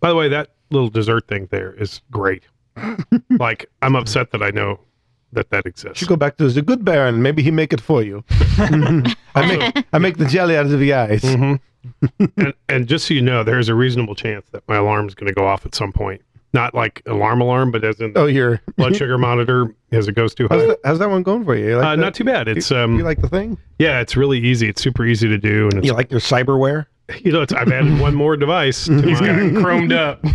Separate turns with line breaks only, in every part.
By the way, that little dessert thing there is great. like, I'm upset that I know that that exists.
should go back to the good baron. Maybe he make it for you. I make I make the jelly out of the eyes.
hmm and, and just so you know, there is a reasonable chance that my alarm is going to go off at some point. Not like alarm alarm, but as in the
Oh, your
blood sugar monitor as it goes too
how's,
high.
that, how's that one going for you? You like
Uh,
that?
not too bad. It's um,
you like the thing?
yeah, it's really easy. It's super easy to do, and it's
You like your cyberware?
you know, it's, I've added one more device. To
He's got it
mine.
chromed up.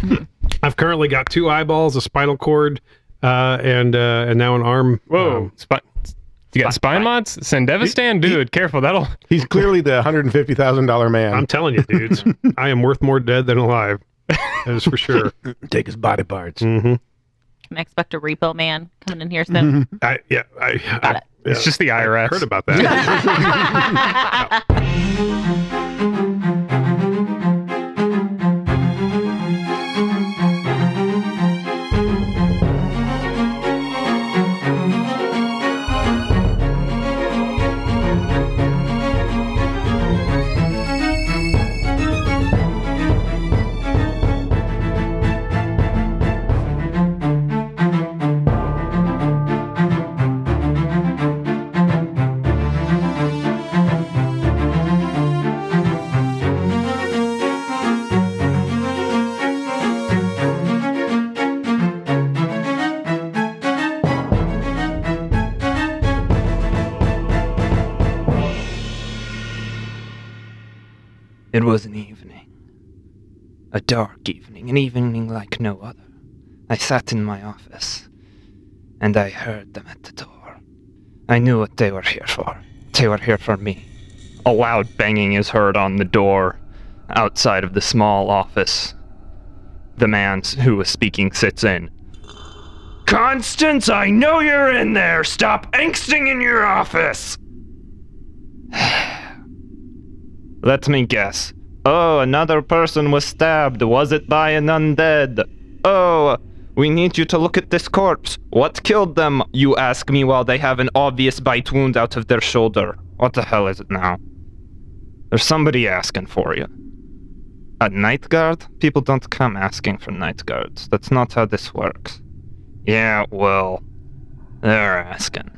I've currently got two eyeballs, a spinal cord, uh, and uh, and now an arm.
Whoa.
Oh.
Um,
Spi- you got spine mods? Sendevistan? Dude, careful. That'll.
He's clearly the hundred and fifty thousand dollar man.
I'm telling you, dudes, I am worth more dead than alive. That is for sure.
Take his body parts.
hmm
Can I expect a repo man coming in here
Mm-hmm.
soon?
I yeah, I,
Got
I
it.
yeah,
It's just the
I
IRS.
heard about that.
It was an evening. A dark evening, an evening like no other. I sat in my office, and I heard them at the door. I knew what they were here for. They were here for me. A loud banging is heard on the door outside of the small office. The man s- who was speaking sits in. Constance, I know you're in there! Stop angsting in your office! Let me guess. Oh, another person was stabbed. Was it by an undead? Oh, we need you to look at this corpse. What killed them, you ask me, while they have an obvious bite wound out of their shoulder. What the hell is it now? There's somebody asking for you. A night guard? People don't come asking for night guards. That's not how this works. Yeah, well, they're asking.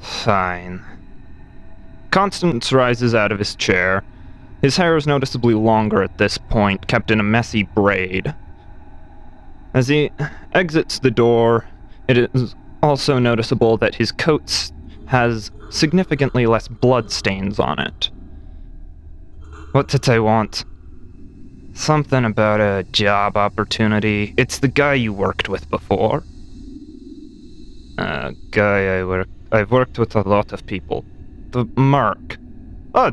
Fine. Constance rises out of his chair. His hair is noticeably longer at this point, kept in a messy braid. As he exits the door, it is also noticeable that his coat s- has significantly less blood stains on it. What did they want? Something about a job opportunity. It's the guy you worked with before. Uh, guy I work I've worked with a lot of people the Merc. Oh,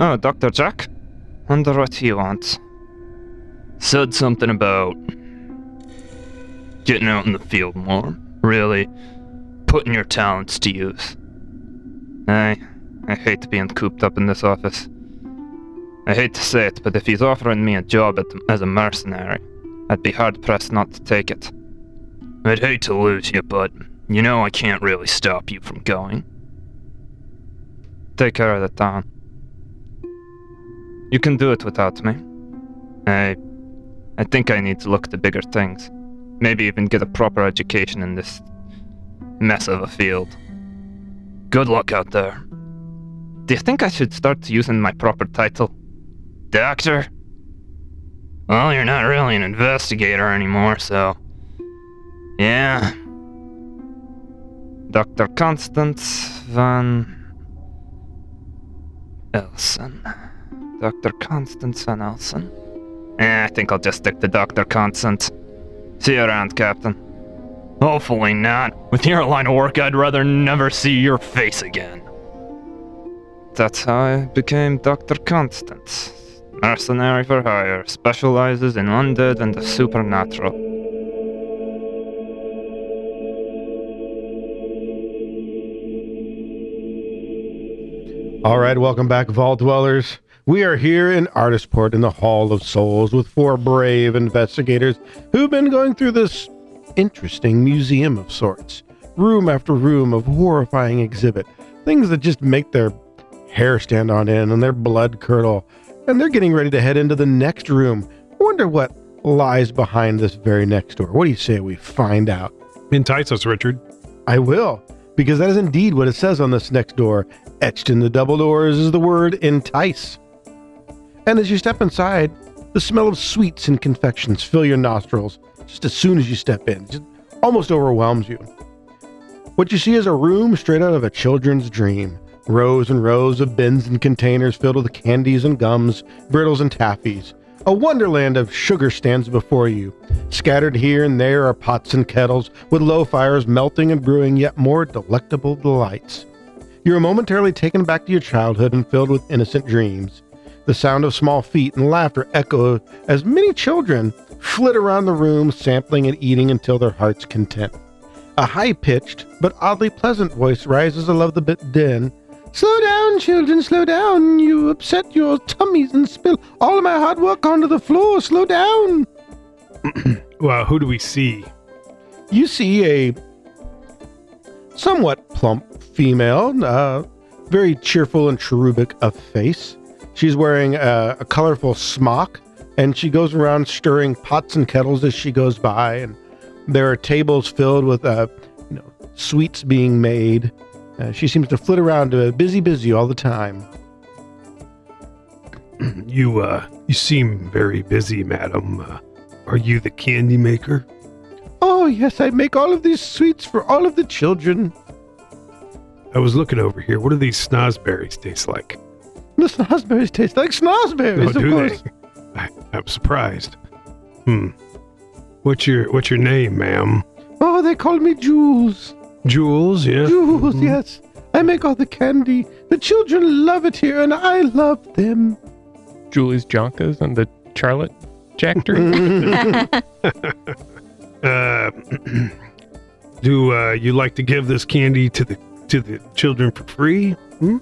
oh, Dr. Jack? Wonder what he wants. Said something about getting out in the field more. Really putting your talents to use. I, I hate being cooped up in this office. I hate to say it, but if he's offering me a job at, as a mercenary, I'd be hard pressed not to take it. I'd hate to lose you, but you know I can't really stop you from going take care of the town. You can do it without me. I I think I need to look to bigger things. Maybe even get a proper education in this mess of a field. Good luck out there. Do you think I should start using my proper title? Doctor? Well, you're not really an investigator anymore, so. Yeah. Dr. Constance van. Elson. Dr. Constance Van Elson. Eh, I think I'll just stick to Dr. Constance. See you around, Captain. Hopefully not. With your line of work, I'd rather never see your face again. That's how I became Dr. Constance. Mercenary for hire, specializes in undead and the supernatural.
All right, welcome back, Vault Dwellers. We are here in Artistport in the Hall of Souls with four brave investigators who've been going through this interesting museum of sorts. Room after room of horrifying exhibit, things that just make their hair stand on end and their blood curdle. And they're getting ready to head into the next room Wonder what lies behind this very next door. What do you say we find out?
Entice us, Richard.
I will, because that is indeed what it says on this next door. Etched in the double doors is the word entice. And as you step inside, the smell of sweets and confections fill your nostrils just as soon as you step in. Just almost overwhelms you. What you see is a room straight out of a children's dream. Rows and rows of bins and containers filled with candies and gums, brittles and taffies. A wonderland of sugar stands before you. Scattered here and there are pots and kettles, with low fires melting and brewing yet more delectable delights. You are momentarily taken back to your childhood and filled with innocent dreams. The sound of small feet and laughter echo as many children flit around the room, sampling and eating until their hearts' content. A high pitched but oddly pleasant voice rises above the bit din. Slow down, children, slow down. You upset your tummies and spill all my hard work onto the floor. Slow down.
Well, who do we see?
You see a somewhat plump female, uh, very cheerful and cherubic of face. She's wearing a, a colorful smock, and she goes around stirring pots and kettles as she goes by. And there are tables filled with, uh, you know, sweets being made. Uh, she seems to flit around, uh, busy, busy all the time.
You uh you seem very busy, madam. Uh, are you the candy maker?
Oh, yes, I make all of these sweets for all of the children.
I was looking over here. What do these snozberries taste like?
The snozberries taste like
Oh,
snozberries, of
do
course.
they? I, I'm surprised. Hmm. What's your what's your name, ma'am?
Oh, they call me Jules.
Jules, yeah.
Jules,
Mhm.
yes. I make all the candy. The children love it here, and I love them.
Julie's Jonkas and the Charlotte Jactor.
Uh, do uh, you like to give this candy to the to the children for free? Hmm?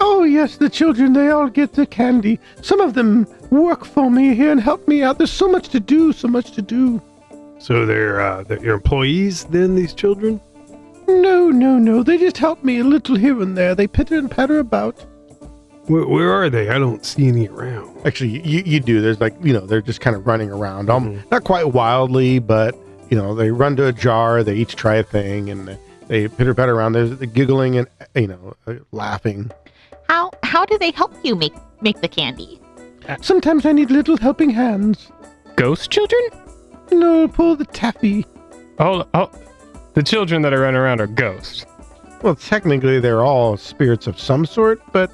Oh, yes, the children, they all get the candy. Some of them work for me here and help me out. There's so much to do, so much to do.
So they're, uh, they're your employees then? These children?
No, no, no. They just help me a little here and there. They pitter and patter about.
Where, where are they? I don't see any around.
Actually, you, you do. There's like, you know, they're just kind of running around. Um,
Mm-hmm.
Not quite wildly, but, you know, they run to a jar. They each try a thing and they pitter patter around. There's the giggling and, you know, uh, laughing.
How how do they help you make make the candy?
Sometimes I need little helping hands.
Ghost children?
No, pull the taffy.
Oh, oh, the children that are running around are ghosts.
Well, technically, they're all spirits of some sort, but,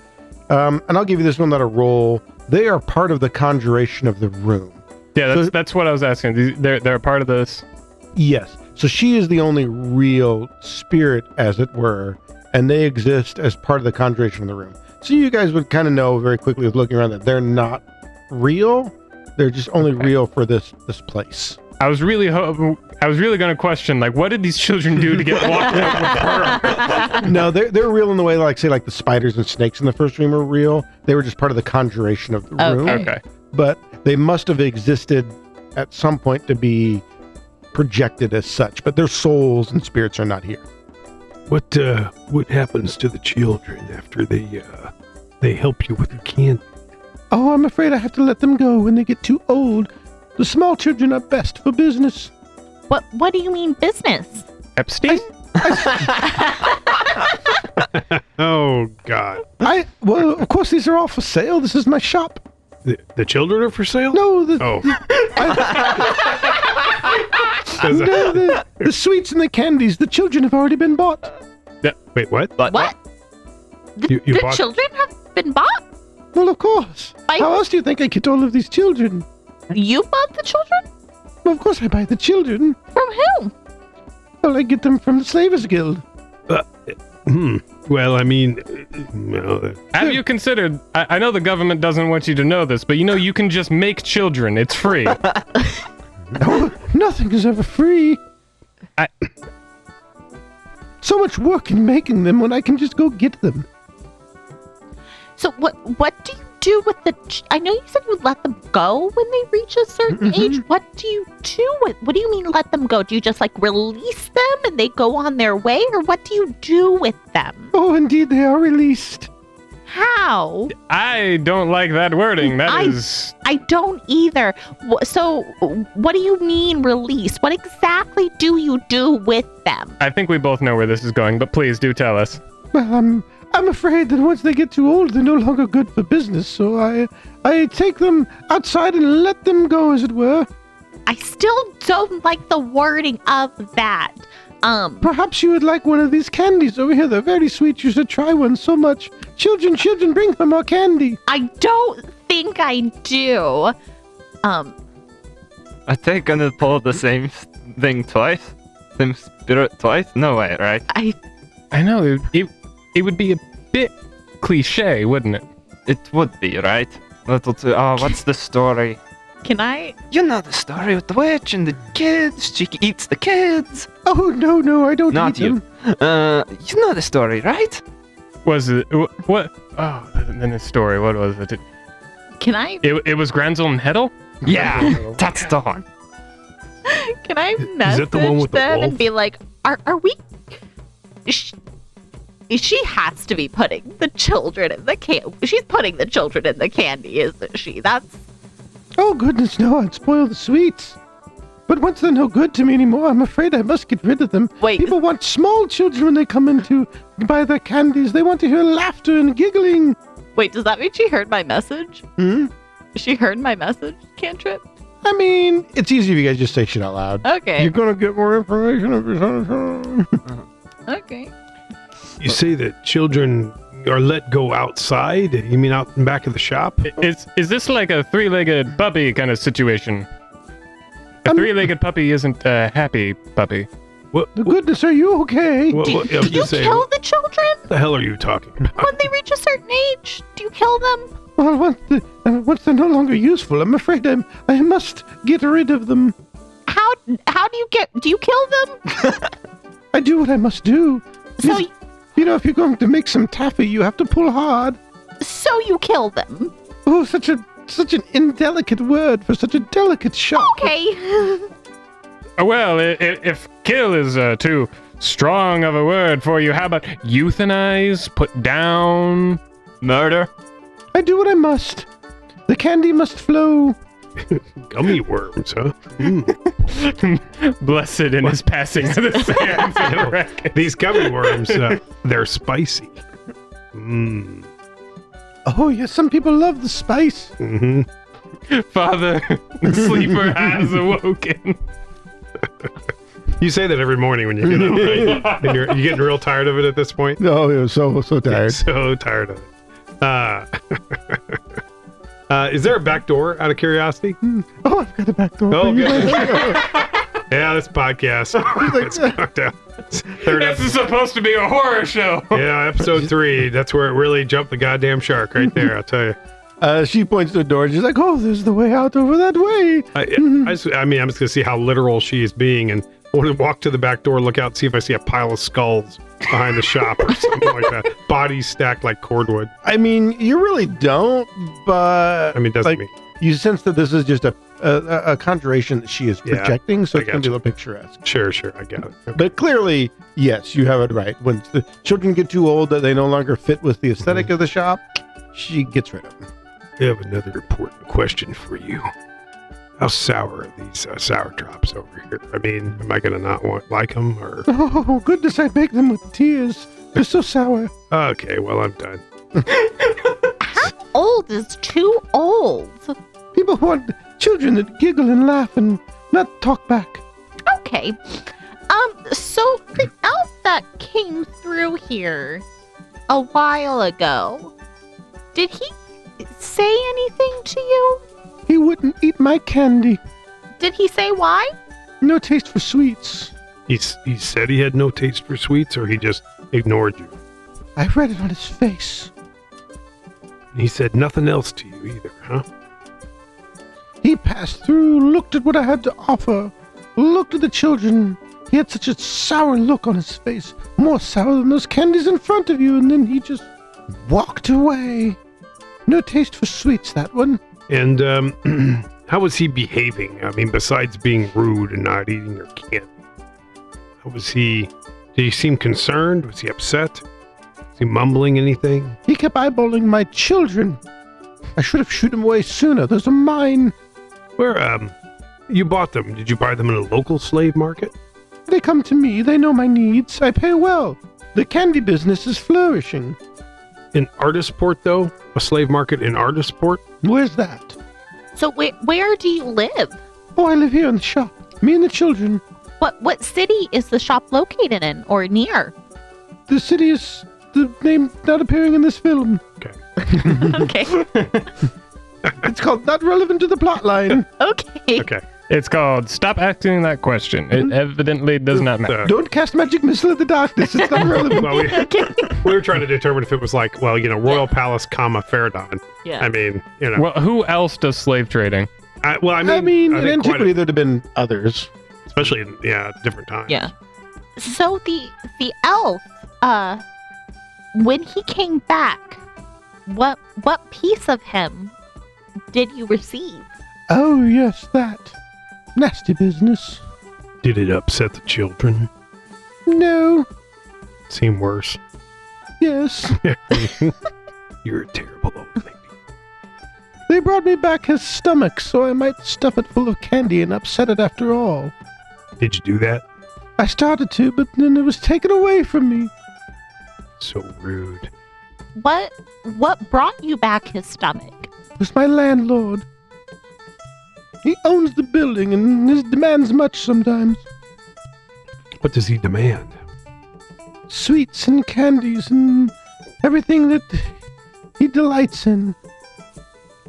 um, and I'll give you this one not a roll. They are part of the conjuration of the room.
Yeah,
So-
that's that's what I was asking. These- They're they're a part of this.
Yes. So she is the only real spirit, as it were, and they exist as part of the conjuration of the room. So you guys would kind of know very quickly with looking around that they're not real. They're just only real for this this place.
I was really ho- I was really gonna question like, what did these children do to get locked up?
no, they're they're real in the way like say like the spiders and snakes in the first room are real. They were just part of the conjuration of the
Okay.
room.
Okay,
But they must have existed at some point to be projected as such. But their souls and spirits are not here.
What uh, what happens to the children after they uh, they help you with the candy?
Oh, I'm afraid I have to let them go when they get too old. The small children are best for business.
What what do you mean business?
Epstein.
Oh God!
I well, of course these are all for sale. This is my shop.
The, the children are for sale?
No, the,
Oh.
no, the, the sweets and the candies. The children have already been bought.
That- wait, what?
But
What? The,
You- you
the
bought-
children have been bought?
Well, of course.
I-
How else do you think I get all of these children?
You bought the children?
Well, of course I buy the children.
From who?
Well, I get them from the Slavers Guild.
Hmm. Well, I mean, uh, well,
Have you considered? I, I know the government doesn't want you to know this, but you know you can just make children. It's free.
Nothing is ever free.
I-
So much work in making them when I can just go get them.
So what what do you do with the ch- I know you said you let them go when they reach a certain age. What do you do with What do you mean let them go? Do you just like release them and they go on their way or what do you do with them?
Oh, indeed, they are released.
How?
I don't like that wording. That
I-
is
I don't either. Wh- So, what do you mean release? What exactly do you do with them?
I think we both know where this is going, but please do tell us.
Well, I'm I'm afraid that once they get too old, they're no longer good for business. So I I take them outside and let them go, as it were.
I still don't like the wording of that. Um,
Perhaps you would like one of these candies over here. They're very sweet. You should try one so much. Children, children, bring her more candy.
I don't think I do. Um,
Are they gonna pull
Hmm?
the same s- thing twice? Same spirit twice? No way, right?
I
I know it, it. It would be a bit cliche, wouldn't it?
It would be, right? Little too. Oh, what's the story?
can I?
You know the story with the witch and the kids. She eats the kids.
Oh no, no, I don't eat
Not you.
them.
Uh, you know the story, right?
Was it wh- what? Oh, then the story. What was it?
Can I?
It, it was Granzel and Hedel.
Yeah, that's the one.
Can I
Is
message
that the one with the
them and
wolf?
be like, are are we? She, she has to be putting the children in the can. She's putting the children in the candy, isn't she? That's
Oh goodness, no, I'd spoil the sweets. But once they're no good to me anymore, I'm afraid I must get rid of them.
Wait.
People want small children when they come in to buy their candies. They want to hear laughter and giggling.
wait. Does that mean she heard my message?
Hmm?
She heard my message, cantrip.
I mean, it's easy if you guys just say shit out loud.
Okay.
You're gonna get more information if you
okay.
You say that children are let go outside? You mean out in back of the shop?
I- Is is this like a three-legged puppy kind of situation? A
Um,
three-legged puppy isn't a happy puppy.
What,
The goodness, are you okay?
what,
Do,
what,
do
I'm
you
just saying,
kill the children
what the hell are you talking about?
when they reach a certain age? Do you kill them?
Well, once, the, uh, once they're no longer useful, I'm afraid I'm, I must get rid of them.
How how do you get? Do you kill them?
I do what I must do.
So
Yes. You know, if you're going to make some taffy, you have to pull hard.
so you kill them.
Oh, such a such an indelicate word for such a delicate shot.
Okay.
Uh, Well, i- i- if kill is uh, too strong of a word for you, how about euthanize, put down?
Murder.
I do what I must. The candy must flow.
Gummy worms, huh?
Blessed in his passing of the sands. I reckon.
These gummy worms, uh, they're spicy. Mm.
Oh, yes, some people love the spice.
hmm
Father, the sleeper has awoken.
You say that every morning when you get up, right? and you're, you're getting real tired of it at this point.
Oh, it was so so tired.
So tired of it. Uh, uh, is there a back door out of curiosity?
Oh, I've got a back door.
Oh,
for you.
Yeah, this podcast. it's fucked up. Third
This
episode.
is supposed to be a horror show.
Yeah, episode three. That's where it really jumped the goddamn shark right there, I'll tell you.
Uh, she points to a door. and She's like, "Oh, there's the way out over that way."
I, I, just- I mean, I'm just going to see how literal she is being and I want to walk to the back door, look out, see if I see a pile of skulls behind the shop or something like that. Bodies stacked like cordwood.
I mean, you really don't, but
I mean, doesn't
Like-
mean.
you sense that this is just a a, a conjuration that she is
Yeah,
projecting, so
I
it's gonna be
gotcha.
a little picturesque.
Sure, sure. I got it. Okay.
But clearly, yes, you have it right. When the children get too old that they no longer fit with the esthetic
Mm-hmm.
of the shop, she gets rid of them.
I have another important question for you. How sour are these uh, sour drops over here? I mean, am I going to not want like them or?
Oh goodness, I make them with tears. They're so sour.
Okay, well I'm done.
old is too old.
People want children that giggle and laugh and not talk back.
Okay. Um, so the elf that came through here a while ago, did he say anything to you?
He wouldn't eat my candy.
Did he say why?
No taste for sweets.
He's he said he had no taste for sweets, or he just ignored you.
I read it on his face.
He said nothing else to you either, huh?
He passed through, looked at what I had to offer, looked at the children. He had such a sour look on his face, more sour than those candies in front of you, and then he just walked away. No taste for sweets, that one.
And um, how was he behaving? I mean, besides being rude and not eating your candy, how was he? Did he seem concerned? Was he upset? Is he mumbling anything?
He kept eyeballing my children. I should have shooed him away sooner. Those are mine.
Where, um, you bought them. Did you buy them in a local slave market?
They come to me. They know my needs. I pay well. The candy business is flourishing.
In Artisport, though? A slave market in Artisport?
Where's that?
So where where do you live?
Oh, I live here in the shop. Me and the children.
What what city is the shop located in or near?
The city is the name not appearing in this film.
Okay.
It's called Not Relevant to the Plotline.
okay.
Okay.
It's called Stop Asking That Question.
Mm-hmm.
It evidently does not matter.
Uh,
Don't cast magic missile at the darkness. It's not relevant.
well, we, we were trying to determine if it was like, well, you know, Royal Palace, comma, Faradon.
Yeah.
I mean, you know.
Well, who else does slave trading?
I, well, I mean,
I mean,
I
in
think quite
antiquity,
a-
there'd have been others.
especially in, yeah, different times.
Yeah. So the the elf, uh, when he came back, what what piece of him did you receive?
Oh, yes, that. Nasty business.
Did it upset the children?
No.
Seem worse.
Yes.
You're a terrible old lady.
They brought me back his stomach so I might stuff it full of candy and upset it after all.
Did you do that?
I started to, but then it was taken away from me.
So rude.
What what brought you back his stomach?
It was my landlord. He owns the building and his demands much sometimes.
What does he demand?
sweets and candies and everything that he delights in.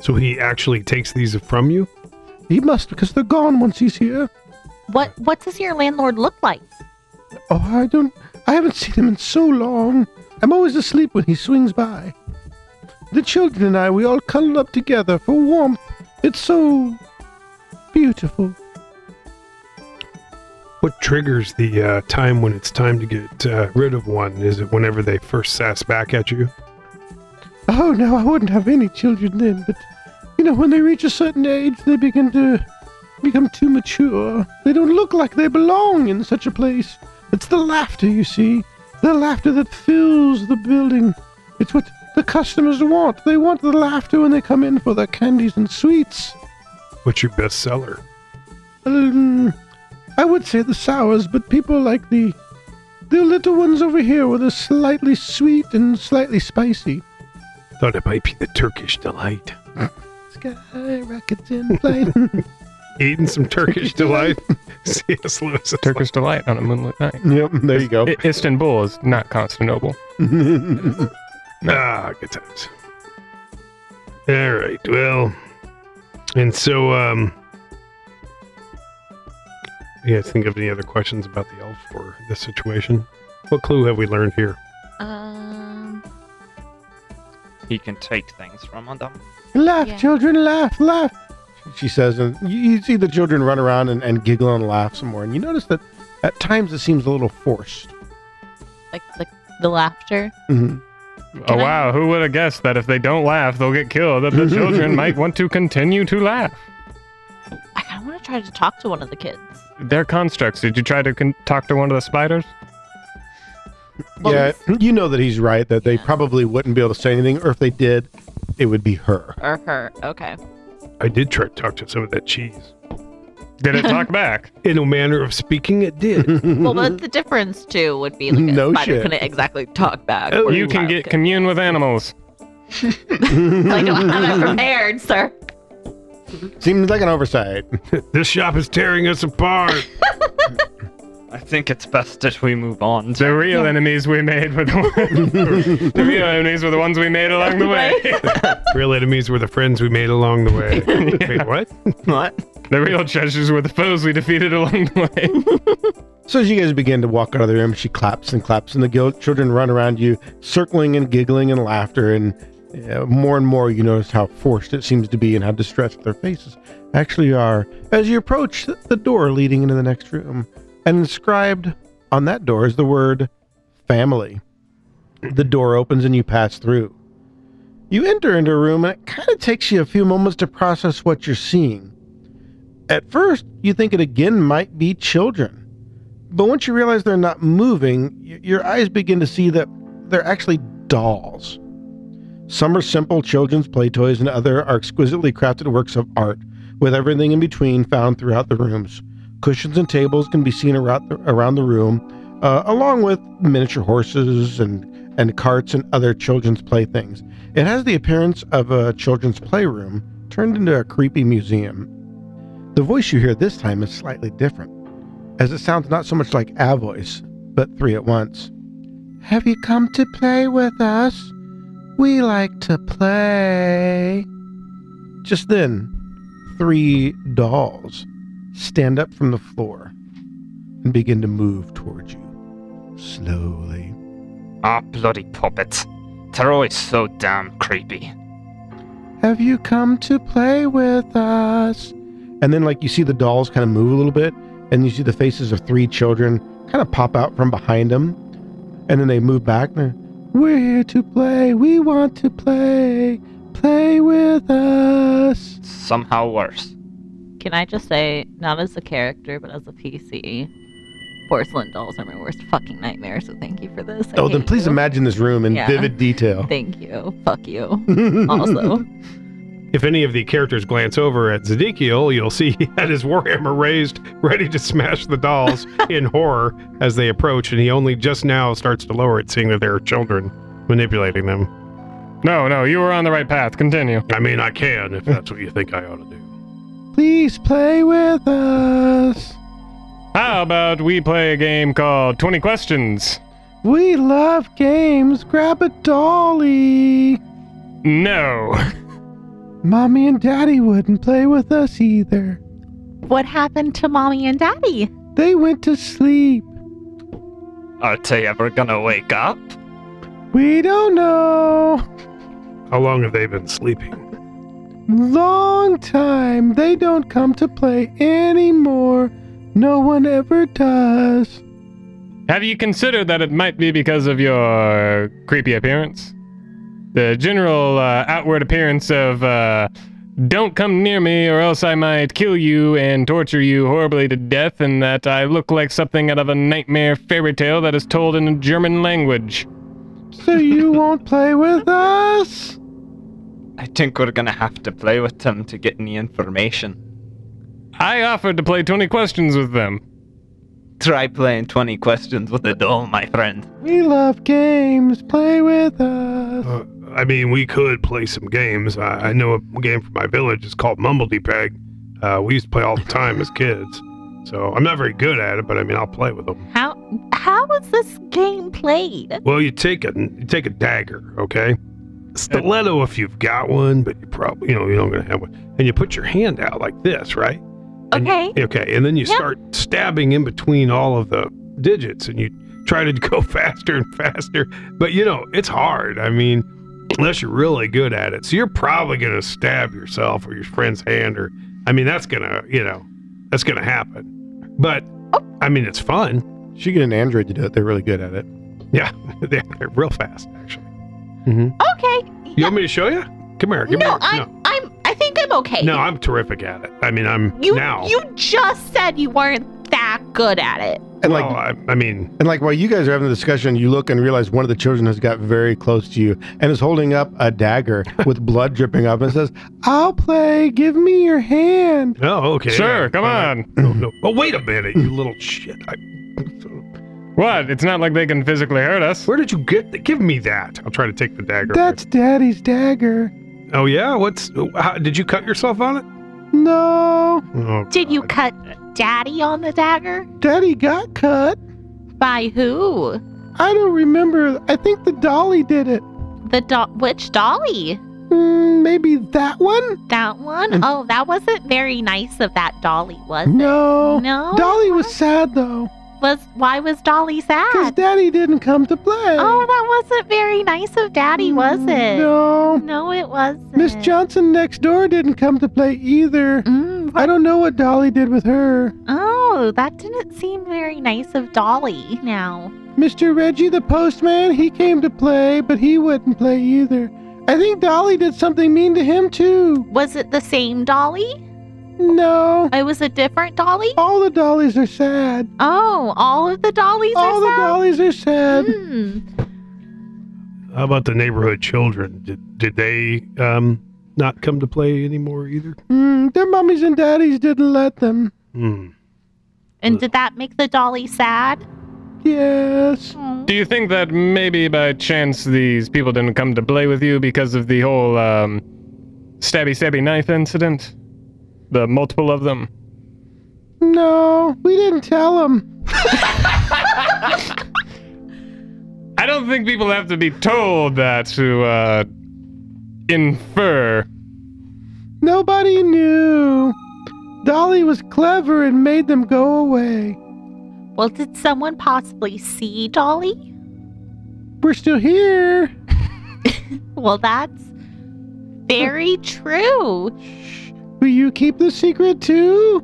So he actually takes these from you?
He must, because they're gone once he's here.
What what does your landlord look like?
Oh, I don't. I haven't seen him in so long. I'm always asleep when he swings by. The children and I, we all cuddle up together for warmth. It's so beautiful.
What triggers the uh, time when it's time to get uh, rid of one? Is it whenever they first sass back at you?
Oh, no, I wouldn't have any children then, but you know, when they reach a certain age, they begin to become too mature. They don't look like they belong in such a place. It's the laughter, you see. The laughter that fills the building. It's what the customers want. They want the laughter when they come in for their candies and sweets.
What's your best seller?
Um, I would say the sours, but people like the the little ones over here were the slightly sweet and slightly spicy.
Thought it might be the Turkish delight.
Sky rockets in flight.
Eating some Turkish delight. C.S. Lewis. is
Turkish delight on a moonlit night.
Yep, there you go.
I- Istanbul is not Constantinople.
like, ah, good times. All right. Well, and so um, you guys think of any other questions about the elf or the situation? What clue have we learned here?
Uh,
Um,
He can take things from them.
laugh,
Yeah.
children, laugh, laugh. She says, and you, you see the children run around and, and giggle and laugh some more. And you notice that at times it seems a little forced.
like the, the laughter.
Mhm.
oh
I-
wow, who would have guessed that if they don't laugh, they'll get killed? That the children might want to continue to laugh.
I kind of want to try to talk to one of the kids.
They're constructs. Did you try to con- talk to one of the spiders?
Well,
yeah, you know that he's right, that they
Yeah.
probably wouldn't be able to say anything, or if they did, it would be her.
Or her. Okay.
I did try to talk to some of that cheese.
Did it talk back?
In a manner of speaking, it did.
Well,
Mm-hmm.
but the difference too would be like a
No
spider
shit.
couldn't exactly talk back.
Oh,
or a
You can
child
get
could.
commune with animals.
I don't have it prepared, sir.
Seems like an oversight.
this shop is tearing us apart.
I think it's best that we move on.
The real enemies we made were the ones, the real enemies were the ones we made along the way.
Real enemies were the friends we made along the way. Wait, what?
What?
The real treasures were the foes we defeated along the way.
So as you guys begin to walk out of the room, she claps and claps, and the guild children run around you, circling and giggling and laughter. And uh, more and more, you notice how forced it seems to be and how distressed their faces actually are. As you approach th- the door leading into the next room, and inscribed on that door is the word family. The door opens and you pass through. You enter into a room, and it kind of takes you a few moments to process what you're seeing. At first, you think it again might be children. But once you realize they're not moving, y- your eyes begin to see that they're actually
dolls. Some are simple children's play toys, and other are exquisitely crafted works of art, with everything in between found throughout the rooms. Cushions and tables can be seen around the, around the room, uh, along with miniature horses and, and carts and other children's playthings. It has the appearance of a children's playroom turned into a creepy museum. The voice you hear this time is slightly different, as it sounds not so much like a voice, but three at once. Have you come to play with us? We like to play. Just then, three dolls stand up from the floor and begin to move towards you. Slowly.
Ah, bloody puppets. They're always so damn creepy.
Have you come to play with us? And then, like, you see the dolls kind of move a little bit, and you see the faces of three children kind of pop out from behind them. And then they move back. And they're, We're here to play. We want to play. Play with us.
Somehow worse.
Can I just say, not as a character, but as a PC, porcelain dolls are my worst fucking nightmare. So thank you for this. I
oh, then
hate
please
you.
imagine this room in
Yeah.
vivid detail.
Thank you. Fuck you. Also,
If any of the characters glance over at Zedekiel, you'll see he had his warhammer raised, ready to smash the dolls in horror as they approach, and he only just now starts to lower it, seeing that there are children manipulating them.
No, no, you were on the right path. Continue.
I mean, I can if that's what you think I ought to do.
Please play with us.
How about we play a game called 20 Questions?
We love games. Grab a dolly.
No.
Mommy and daddy wouldn't play with us either.
what happened to mommy and daddy?
They went to sleep.
Are they ever gonna wake up?
We don't know.
How long have they been sleeping?
Long time. They don't come to play anymore. No one ever does.
Have you considered that it might be because of your creepy appearance? The general uh, outward appearance of, uh, don't come near me or else I might kill you and torture you horribly to death, and that I look like something out of a nightmare fairy tale that is told in a German language.
So you won't play with us?
I think we're gonna have to play with them to get any information.
I offered to play 20 questions with them.
Try playing 20 questions with a doll, my friend.
We love games. Play with us.
Uh, I mean, we could play some games. I, I know a game from my village is called Mumbledy Peg. Uh, we used to play all the time as kids. So I'm not very good at it, but I mean, I'll play with them.
How how is this game played?
Well, you take a you take a dagger, okay? Stiletto if you've got one, but you probably you know you're not gonna have one. And you put your hand out like this, right? And you-
Okay.
okay, and then you
Yeah.
start stabbing in between all of the digits, and you try to go faster and faster. But you know it's hard. I mean, unless you're really good at it, so you're probably gonna stab yourself or your friend's hand, or I mean that's gonna you know that's gonna happen. But I mean it's fun.
She get an android to do it. They're really good at it.
Yeah, they're they're real fast actually. Mm-hmm.
Okay.
You want me to show you? Come here. Give me.
no,
your-
I'm I'm I think I'm okay.
no, I'm terrific at it. I mean, I'm
you
now.
you just said you weren't that good at it.
And
well,
like
I, I mean,
And like while you guys are having the discussion, you look and realize one of the children has got very close to you and is holding up a dagger with blood dripping off and says, I'll play, give me your hand.
oh, okay.
sure,
yeah,
come
all right.
on.
No, no. Oh, wait a minute, you little shit. I,
What? It's not like they can physically hurt us.
where did you get that? Give me that. I'll try to take the dagger.
That's daddy's dagger.
oh, yeah? What's. How, did you cut yourself on it?
No,
Oh,
Did you
God.
cut daddy on the dagger?
daddy got cut.
By who?
I don't remember. I think the dolly did it.
The do- which dolly?
Mm, maybe that one?
That one?
And-
Oh, that wasn't very nice of that dolly, was it?
No.
No.
Dolly was sad though,
was why was Dolly
because
sad?
daddy didn't come to play.
Oh, that wasn't very nice of Daddy, was it?
Mm, No.
No, it wasn't.
Miss Johnson next door didn't come to play either.
Mm,
I don't know what Dolly did with her.
oh, that didn't seem very nice of Dolly. Now,
Mr. Reggie the postman, he came to play, but he wouldn't play either. I think Dolly did something mean to him too.
was it the same Dolly?
No.
It was a different Dolly.
All the dollies are sad.
Oh, all of the Dollies
All the
are
dollies are sad.
sad. Hmm.
How about the neighborhood children? Did did they um not come to play anymore either?
Mm, their mummies and daddies didn't let them.
Hmm.
Uh.
And did that make the dolly sad? Oh.
Yes.
Aw.
Do you think that maybe by chance these people didn't come to play with you because of the whole um, stabby stabby knife incident? The multiple of them?
No, we didn't tell them.
I don't think people have to be told that to uh, infer.
Nobody knew. Dolly was clever and made them go away.
Well, did someone possibly see Dolly?
We're still here.
Well, that's very true.
Will you keep the secret too?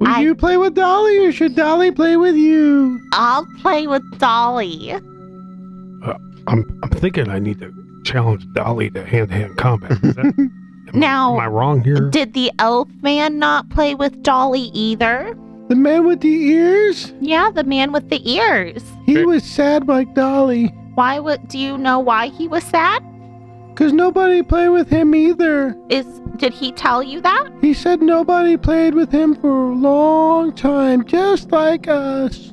Will
I-
you play with Dolly or should Dolly play with you?
I'll play with Dolly.
Uh, I'm I'm thinking I need to challenge Dolly to hand to hand combat. Is that, am I-
Now,
am I wrong here?
Did the elf man not play with Dolly either?
The man with the ears?
Yeah, the man with the ears.
He
Sure.
was sad like Dolly.
Why would do you know why he was sad?
Cause nobody played with him either.
Is did he tell you that?
He said nobody played with him for a long time, just like us.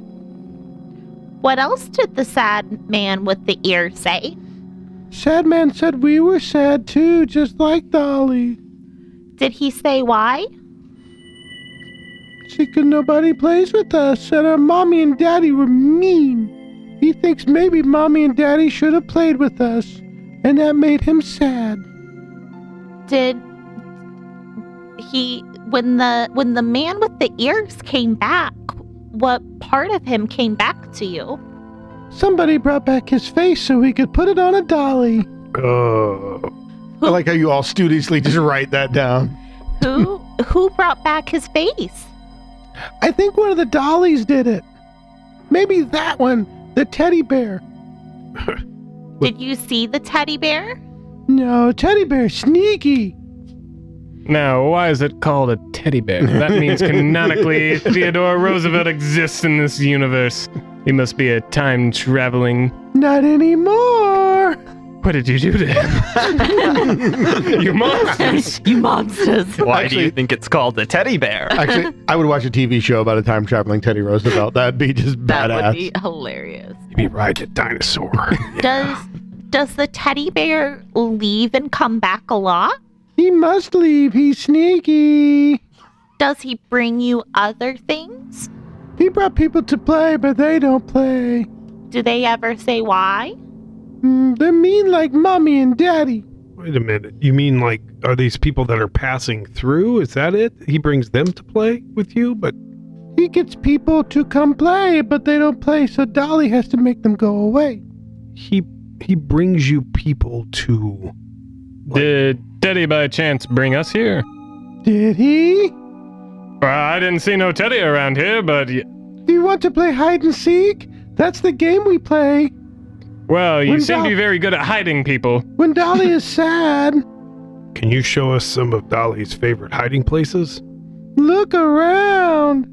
What else did the sad man with the ear say?
Sad man said we were sad too, just like Dolly.
Did he say why?
She could nobody plays with us, and our mommy and daddy were mean. He thinks maybe mommy and daddy should have played with us, and that made him sad.
Did he when the when the man with the ears came back, what part of him came back to you?
Somebody brought back his face so he could put it on a dolly.
Oh,
I
like how you all studiously just write that down.
Who who brought back his face?
I think one of the dollies did it. Maybe that one, the teddy bear.
Did you see the teddy bear?
No, teddy bear, sneaky.
Now, why is it called a teddy bear? That means canonically Theodore Roosevelt exists in this universe. He must be a time traveling.
Not anymore.
What did you do to him? you monsters!
you monsters.
Why do
Actually-
you think it's called the teddy bear?
Actually, I would watch a TV show about a time traveling Teddy Roosevelt. That'd be just
That would be hilarious.
you be right, the dinosaur.
Does does the teddy bear leave and come back a lot?
He must leave. He's sneaky.
Does he bring you other things?
He brought people to play, but they don't play.
Do they ever say why?
Mm, they're mean like mommy and daddy.
Wait a minute. You mean like are these people that are passing through? Is that it? He brings them to play with you, but
He gets people to come play, but they don't play, so Dolly has to make them go away.
he he brings you people to
Did Teddy by chance bring us here?
Did he?
Well, I didn't see no Teddy around here, but y-
Do you want to play hide and seek? That's the game we play.
well, you
When
seem to be
Doc-
very good at hiding people.
When Dolly is sad,
Can you show us some of Dolly's favorite hiding places?
look around.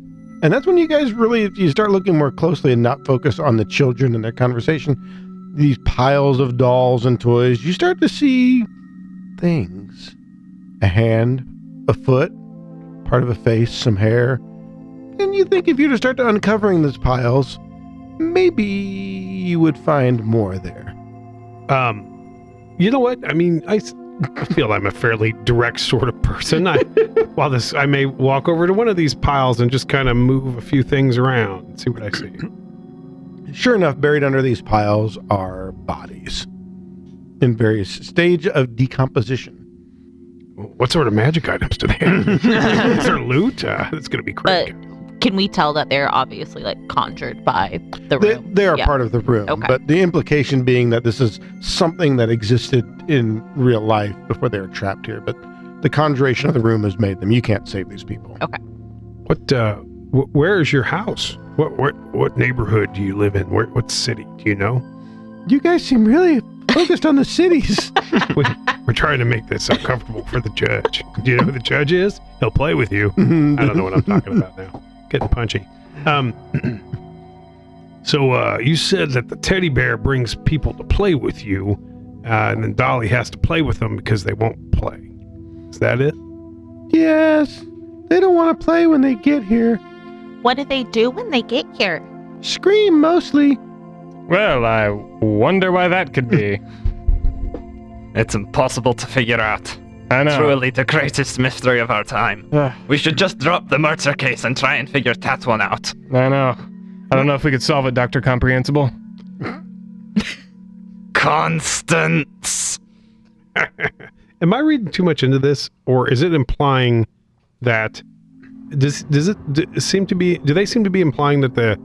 And that's when you guys really, if you start looking more closely and not focus on the children and their conversation, these piles of dolls and toys, you start to see things a hand, a foot, part of a face, some hair. And you think if you were to start to uncovering these piles, maybe you would find more there.
Um, you know what? I mean, I, s- I feel I'm a fairly direct sort of person. I, while this, I may walk over to one of these piles and just kind of move a few things around and see what I see.
Sure enough, buried under these piles are bodies in various stage of decomposition.
What sort of magic items do they have? Is there loot? Uh, that's going to be
But
great.
can we tell that they're obviously like conjured by the
They,
room?
they are
Yeah.
part of the room,
Okay.
but the implication being that this is something that existed in real life before they were trapped here. But the conjuration of the room has made them. You can't save these people.
What? Uh, wh- where is your house? What? What? What neighborhood do you live in? Where, what city? Do you know?
You guys seem really focused on the cities.
We're trying to make this uncomfortable for the judge. Do you know who the judge is? He'll play with you. I don't know what I'm talking about now. Getting punchy. Um, So uh, you said that the teddy bear brings people to play with you, uh, and then Dolly has to play with them because they won't play. Is that it?
Yes, they don't want to play when they get here.
What do they do when they get here?
Scream mostly.
Well, I wonder why that could be.
It's impossible to figure out.
I know.
Truly the greatest mystery of our time.
Ugh.
we should just drop the murder case and try and figure that one out.
I know. I don't know if we could solve it, Doctor Comprehensible.
Constance!
Am I reading too much into this, or is it implying that does does it d- seem to be? Do they seem to be implying that the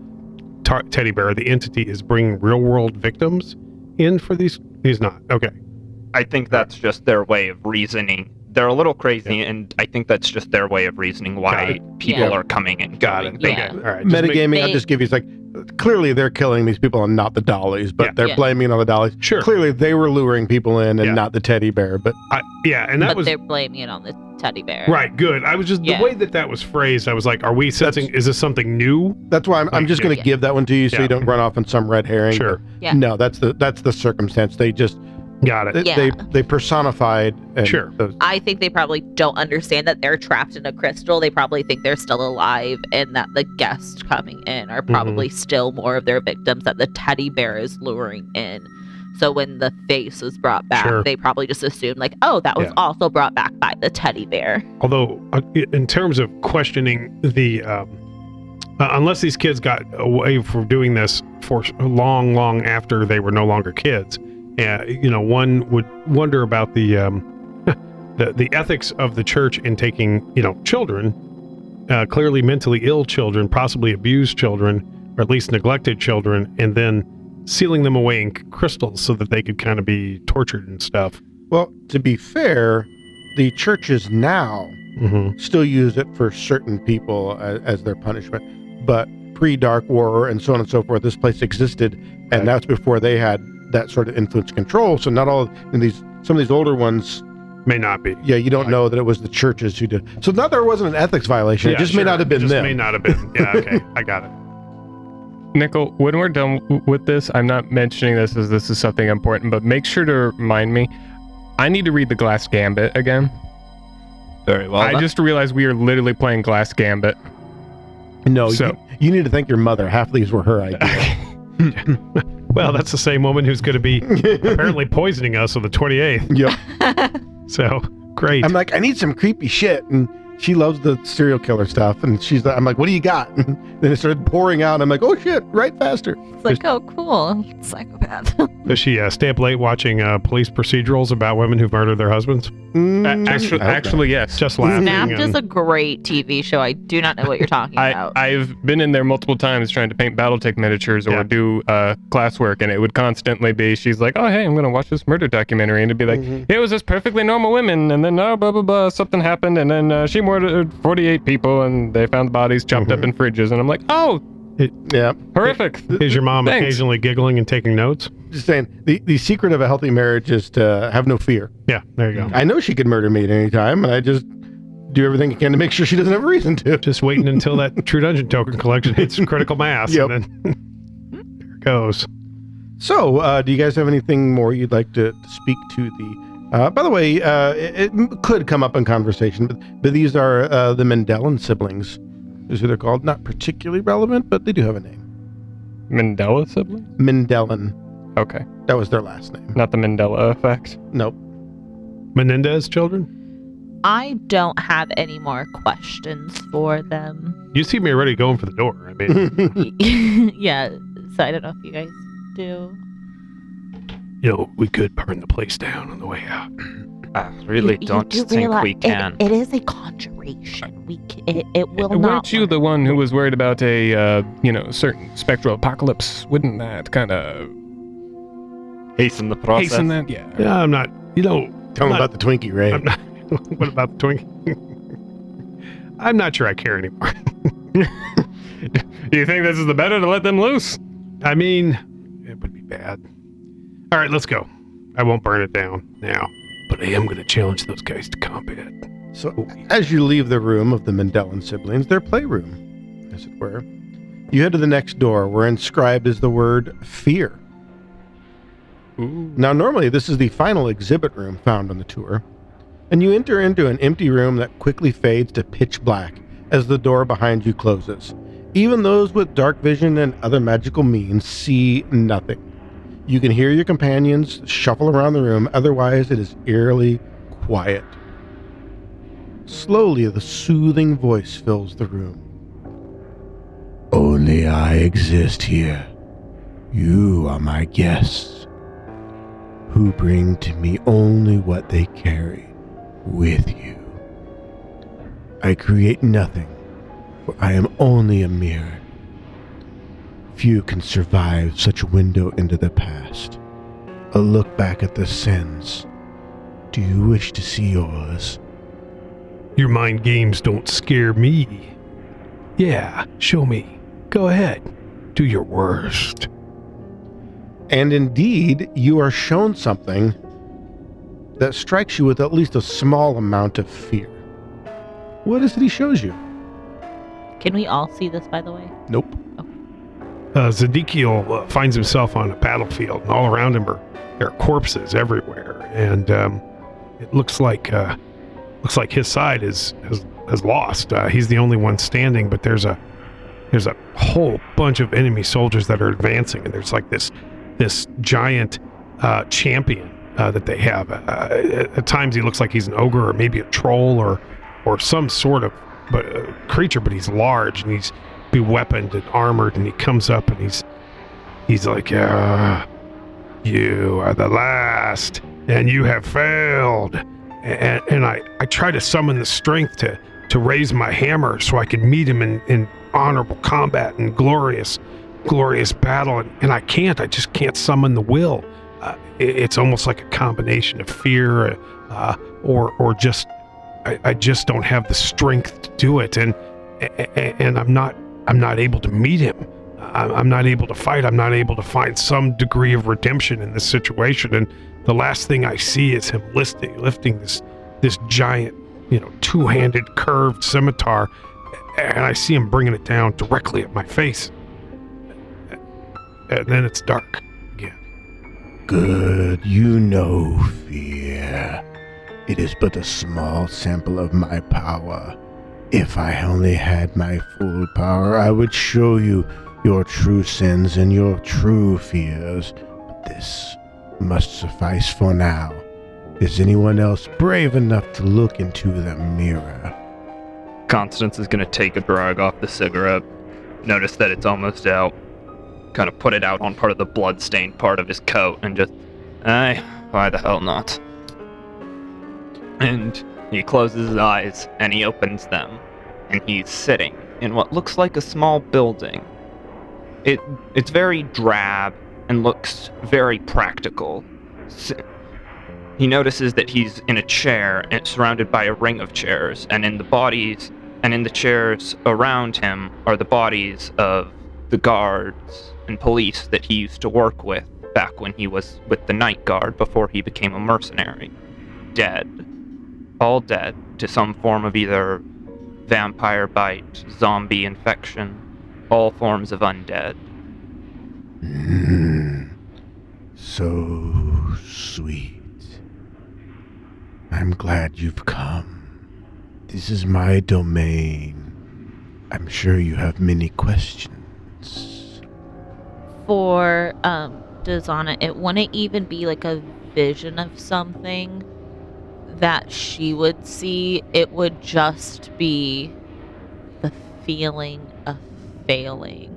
tar- teddy bear, the entity, is bringing real world victims in for these? He's not. Okay.
I think that's just their way of reasoning. They're a little crazy, and I think that's just their way of reasoning
Got
why people
Yeah.
are coming and
Got
going.
it.
They-
Yeah.
Okay. All right. just make-
Metagaming, I'll
They-
just give you it's like clearly they're killing these people and not the dollies, but
Yeah.
they're
Yeah.
blaming it on the dollies.
sure.
Clearly they were luring people in and
Yeah.
not the teddy bear, but
I, yeah, and that
but
was
they're blaming it on the teddy bear.
right. Good. I was just
Yeah.
the way that that was phrased. I was like, are we sensing? Is this something new?
that's why I'm, I'm
Like,
just going to
yeah.
give that one to you so
Yeah.
you don't run off on some red herring.
Sure.
Yeah.
No, that's the that's the circumstance. They just
Got it.
they
Yeah.
they, they personified and
Sure.
those-
I think they probably don't understand that they're trapped in a crystal. They probably think they're still alive and that the guests coming in
Mm-hmm.
are probably still more of their victims that the teddy bear is luring in. So when the face was brought back,
Sure.
they probably just assumed like, oh, that was
Yeah.
also brought back by the teddy bear.
Although, uh, i- in terms of questioning the, um, uh, unless these kids got away from doing this for s- long, long after they were no longer kids, uh, you know, one would wonder about the, um, the the ethics of the church in taking, you know, children, uh, clearly mentally ill children, possibly abused children, or at least neglected children, and then sealing them away in c- crystals so that they could kind of be tortured and stuff.
Well, to be fair, the churches now
Mm-hmm.
still use it for certain people as, as their punishment, but pre Dark War and so on and so forth, this place existed, and
Right.
that's before they had that sort of influence control. So not all and these some of these older ones,
May not be.
yeah, you don't
Right.
know that it was the churches who did. So not there wasn't an ethics violation;
Yeah,
it just
sure.
may not have
It
been
just
them.
May not have been. Yeah. Okay. I got it.
Nickel, when we're done w- with this, I'm not mentioning this as this is something important, but make sure to remind me. I need to read the Glass Gambit again.
Very well.
I
then.
just realized we are literally playing Glass Gambit.
no,
So-
you, you need to thank your mother. Half of these were her idea.
Well, that's the same woman who's going to be apparently poisoning us on the 28th.
yep.
So great.
I'm like, I need some creepy shit, and she loves the serial killer stuff. And she's, like, I'm like, what do you got? And then it started pouring out. And I'm like, oh shit, write faster.
It's like, oh, cool, psychopath.
Does she uh, stay up late watching uh, police procedurals about women who've murdered their husbands?
Mm,
A- actually,
I hope not.
actually, yes.
Just laughing.
Snapped is
and-
a great TV show. I do not know what you're talking
I,
about.
I've been in there multiple times trying to paint Battletech miniatures or
Yeah.
do uh, classwork, and it would constantly be she's like, "Oh, hey, I'm gonna watch this murder documentary," and it'd be like,
Mhm.
"It was this perfectly normal woman, and then oh, blah blah blah, something happened, and then uh, she murdered 48 people, and they found the bodies chopped
Mm-hmm.
up in fridges," and I'm like, "Oh,
Yeah.
horrific!"
Is your mom
Thanks.
occasionally giggling and taking notes?
Just saying, the, the secret of a healthy marriage is to have no fear.
Yeah, there you go.
I know she could murder me at any time, and I just do everything I can to make sure she doesn't have a reason to.
Just waiting until that True Dungeon token collection hits critical mass.
Yep.
And then there it goes.
So, uh, do you guys have anything more you'd like to, to speak to the? Uh, by the way, uh, it, it could come up in conversation, but, but these are uh, the Mendelan siblings, is who they're called. Not particularly relevant, but they do have a name.
Mandela sibling?
Mendelan.
Okay,
That was their last name.
not the Mandela effect.
Nope.
Menendez children?
I don't have any more questions for them.
You see me already going for the door. I mean,
yeah, so I don't know if you guys do.
you know, we could burn the place down on the way out.
Ah,
I really
You- you
don't
do
think
realize
we
it-
can.
it is a conjuration. We c it, it will
Weren't
not.
you
work.
the one who was worried about a uh, you know certain spectral apocalypse? Wouldn't that kind of
Hasten the process.
hasten that? Yeah.
Yeah, I'm not, you know,
Tell them
Not-
about the Twinkie, Ray.
I'm not. what about the Twinkie? I'm not sure I care anymore.
Do you think this is the better to let them loose?
I mean, it would be bad. All right, let's go. I won't burn it down now, but I am going to challenge those guys to combat.
So, as you leave the room of the Mendelan siblings, their playroom, as it were,
You head to the next door where inscribed is the word fear. Now, normally, this is the final exhibit room found on the tour, and you enter into an empty room that quickly fades to pitch black as the door behind you closes. Even those with dark vision and other magical means see nothing. You can hear your companions shuffle around the room, otherwise, it is eerily quiet. Slowly, the soothing voice fills the room. Only I exist here. You are my guests, who bring to me only what they carry with you. I create nothing, for I am only a mirror. Few can survive such a window into the past, a look back at the sins. Do you wish to see yours?
Your mind games don't scare me. Yeah, show me. Go ahead. Do your worst.
And indeed, you are shown something that strikes you with at least a small amount of fear. What is it he shows you?
Can we all see this, by the way?
Nope.
Oh. Uh, Zedekiel uh, finds himself on a battlefield, and all around him are there are corpses everywhere, and um, it looks like uh, looks like his side is has, has lost. Uh, he's the only one standing, but there's a there's a whole bunch of enemy soldiers that are advancing, and there's like this this giant uh, champion uh, that they have. Uh, at, at times, he looks like he's an ogre or maybe a troll or or some sort of but uh, creature, but he's large and he's be weaponed and armored, and he comes up and he's he's like, uh, "You are the last, and you have failed." And, and I I try to summon the strength to to raise my hammer so I can meet him in, in honorable combat and glorious glorious battle, and, and I can't. I just can't summon the will. Uh, it- it's almost like a combination of fear, uh, or or just I, I just don't have the strength to do it, and and, and I'm not I'm not able to meet him. I'm, I'm not able to fight. I'm not able to find some degree of redemption in this situation. And the last thing I see is him lifting lifting this this giant, you know, two-handed curved scimitar, and I see him bringing it down directly at my face. And then it's dark again.
Good, you know fear. It is but a small sample of my power. If I only had my full power, I would show you your true sins and your true fears. But this must suffice for now. Is anyone else brave enough to look into the mirror?
Constance is going to take a drag off the cigarette, notice that it's almost out, kind of put it out on part of the blood-stained part of his coat, and just, aye, why the hell not? And he closes his eyes and he opens them, and he's sitting in what looks like a small building. It it's very drab and looks very practical. S- he notices that he's in a chair and surrounded by a ring of chairs, and in the bodies and in the chairs around him are the bodies of the guards and police that he used to work with back when he was with the night guard before he became a mercenary. Dead. All dead to some form of either vampire bite, zombie infection, all forms of undead.
Mm, so sweet. I'm glad you've come. This is my domain. I'm sure you have many questions.
For um Dazana, it wouldn't even be like a vision of something that she would see. It would just be the feeling of failing.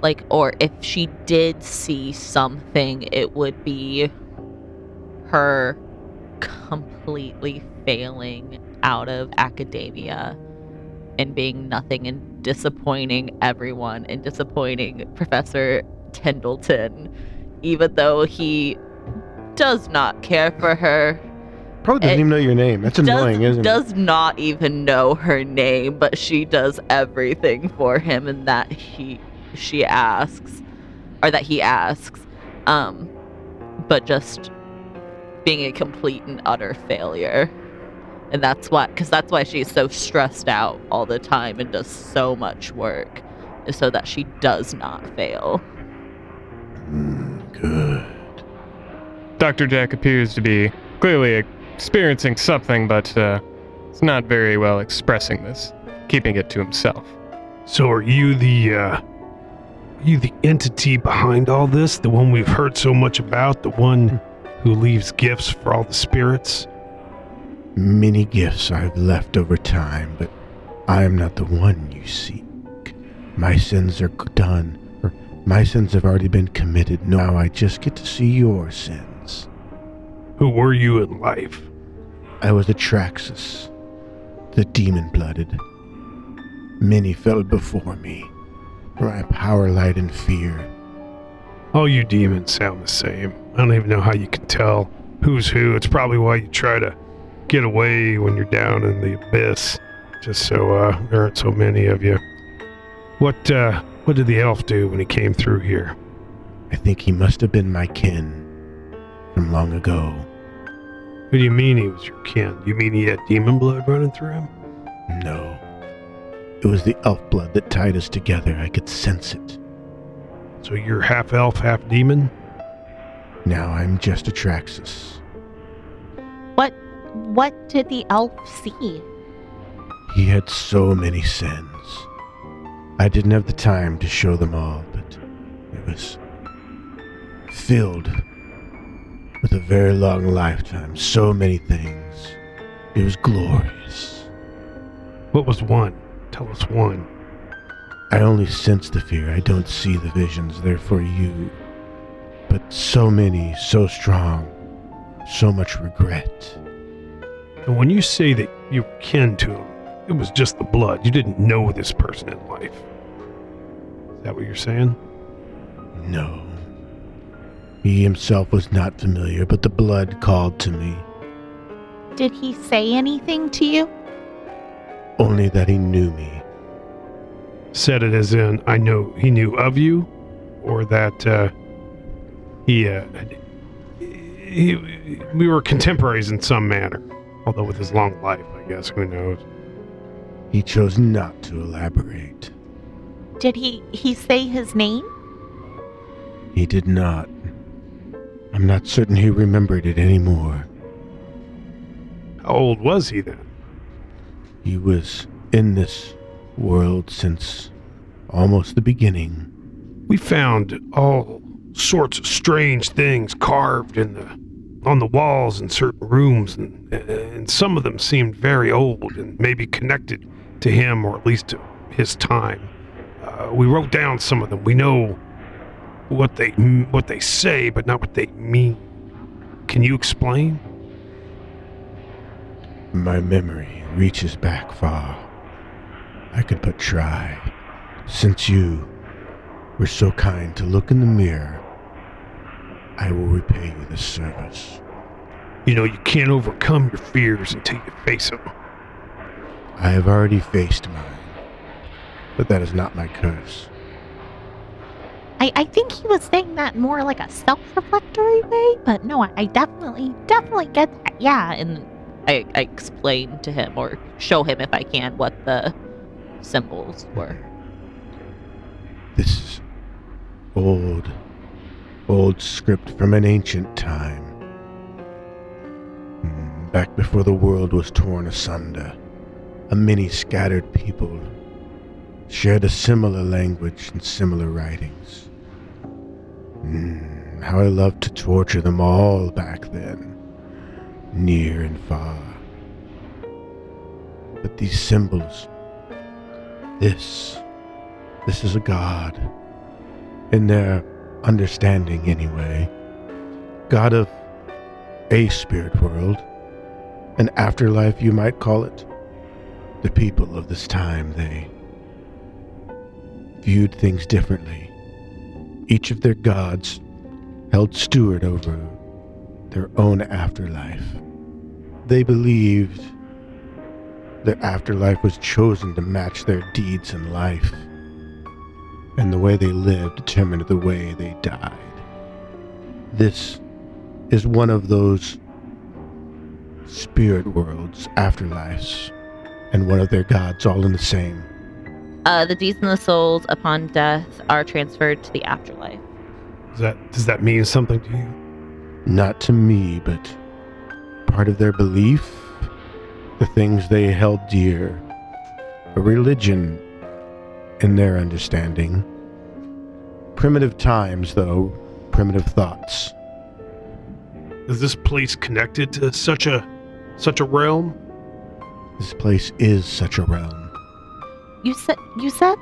Like or if she did see something, it would be her completely failing out of academia and being nothing and disappointing everyone and disappointing Professor Tendleton, even though he does not care for her. doesn't
Probably doesn't
It
even know your name. That's
does,
annoying, isn't
does not even know her name, but she does everything for him and that he she asks or that he asks. Um but just being a complete and utter failure. And that's why cuz that's why she's so stressed out all the time and does so much work so that she does not fail.
Good.
Dr. Jack appears to be clearly experiencing something, but uh, it's not very well expressing this, keeping it to himself.
So are you the uh you the entity behind all this? The one we've heard so much about, the one who leaves gifts for all the spirits?
Many gifts I've left over time, but I am not the one you seek. My sins are g- done, or my sins have already been committed. Now I just get to see your sins.
Who were you in life?
I was Atraxus, the demon blooded. Many fell before me, for I power light and fear.
All you demons sound the same. I don't even know how you can tell who's who. It's probably why you try to get away when you're down in the abyss, just so uh, there aren't so many of you. What uh, what did the elf do when he came through here?
I think he must have been my kin from long ago.
What do you mean he was your kin? You mean he had demon blood running through him?
No. It was the elf blood that tied us together. I could sense it.
So you're half elf, half demon?
Now I'm just Atraxus.
What did the elf see?
He had so many sins. I didn't have the time to show them all, but it was filled with a very long lifetime. So many things. It was glorious.
What was one? Tell us one.
I only sense the fear. I don't see the visions. They're for you. But so many, so strong, so much regret.
And when you say that you're kin to him, it was just the blood. You didn't know this person in life. Is that what you're saying?
No. He himself was not familiar, but the blood called to me.
Did he say anything to you?
Only that he knew me.
Said it as in, I know he knew of you, or that uh, he, uh, he, we were contemporaries in some manner. Although with his long life, I guess, who knows?
He chose not to elaborate.
Did he he say his name?
He did not. I'm not certain he remembered it anymore.
How old was he then?
He was in this world since almost the beginning.
we found all sorts of strange things carved in the on the walls in certain rooms and, and some of them seemed very old and maybe connected to him or at least to his time uh, we wrote down some of them we know what they what they say but not what they mean can you explain
My memory reaches back far. I could but try. Since you were so kind to look in the mirror, I will repay you this service.
you know you can't overcome your fears until you face them
I have already faced mine, but that is not my curse.
I, I think he was saying that more like a self-reflectory way, but no, I, I definitely definitely get that. Yeah,
And I, I explain to him or show him if I can what the symbols were.
This is old, old script from an ancient time. Mm, Back before the world was torn asunder, a many scattered people shared a similar language and similar writings. Mm, How I loved to torture them all back then, near and far. But these symbols, this, this is a god. In their understanding, anyway. God of a spirit world. An afterlife, you might call it. The people of this time, they viewed things differently. Each of their gods held steward over their own afterlife. They believed their afterlife was chosen to match their deeds in life and the way they lived determined the way they died. This is one of those spirit worlds, afterlives, and one of their gods all in the same.
Uh, the deeds and the souls upon death are transferred to the afterlife.
Does that does that mean something to you?
Not to me, but part of their belief, the things they held dear, a religion in their understanding. Primitive times, though, primitive thoughts.
Is this place connected to such a such a realm?
This place is such a realm.
You said you said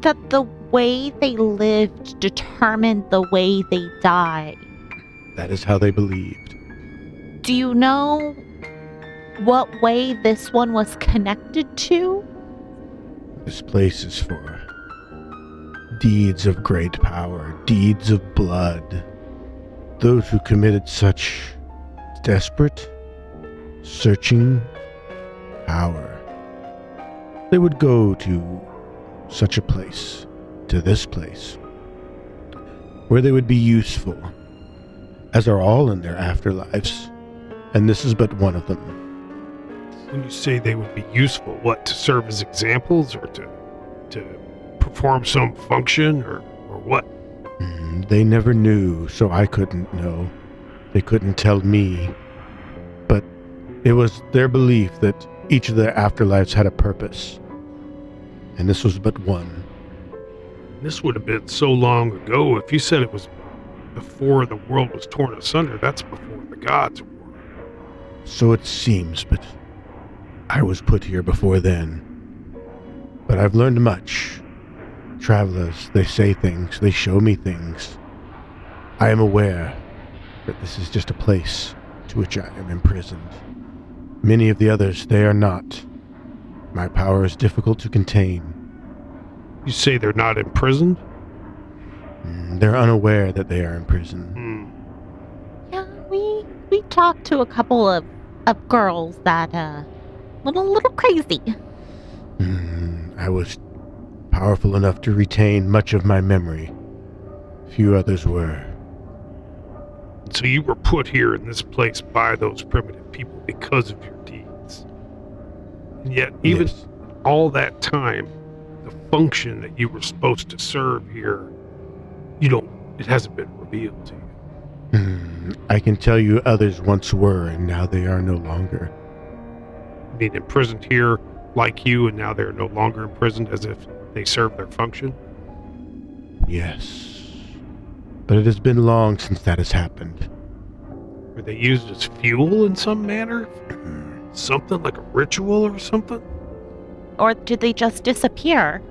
that the way they lived determined the way they died.
That is how they believed.
Do you know what way this one was connected to?
This place is for deeds of great power, deeds of blood. Those who committed such desperate, searching power. They would go to such a place, to this place, where they would be useful, as are all in their afterlives. And this is but one of them.
When you say they would be useful, what to serve as examples or to to perform some function or or what?
Mm, They never knew, so I couldn't know. They couldn't tell me. But it was their belief that each of their afterlives had a purpose. And this was but one.
This would have been so long ago. If you said it was before the world was torn asunder, that's before the gods were.
So it seems, but I was put here before then. But I've learned much. Travelers, they say things, they show me things. I am aware that this is just a place to which I am imprisoned. Many of the others, they are not. My power is difficult to contain.
You say they're not imprisoned?
Mm, They're unaware that they are in prison.
Hmm.
Yeah, we we talked to a couple of, of girls that uh went a little crazy.
Mm, I was powerful enough to retain much of my memory. Few others were.
So you were put here in this place by those primitive people because of your deeds. And yet, even
Yes.
all that time, the function that you were supposed to serve here, you don't. It hasn't been revealed to you.
Hmm, I can tell you others once were, and now they are no longer.
I mean, imprisoned here like you, and now they're no longer imprisoned as if they serve their function.
Yes. But it has been long since that has happened.
Were they used as fuel in some manner? Something like a ritual or something?
Or did they just disappear?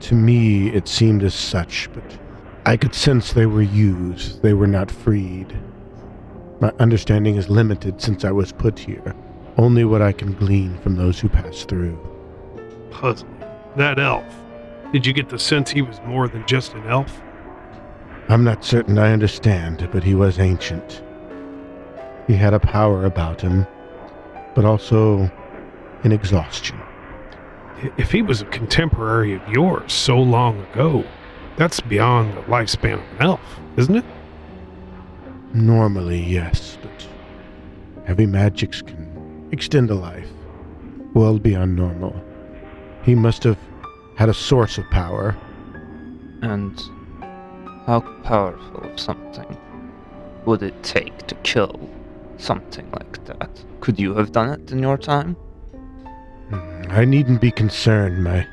To me, it seemed as such, but I could sense they were used, they were not freed. My understanding is limited since I was put here, only what I can glean from those who pass through.
Puzzling. That elf. Did you get the sense he was more than just an elf?
I'm not certain I understand, but he was ancient. He had a power about him, but also an exhaustion.
If he was a contemporary of yours so long ago, that's beyond the lifespan of an elf, isn't it?
Normally, yes, but heavy magics can extend a life well beyond normal. He must have had a source of power.
And how powerful of something would it take to kill something like that? Could you have done it in your time?
Hmm, I needn't be concerned. My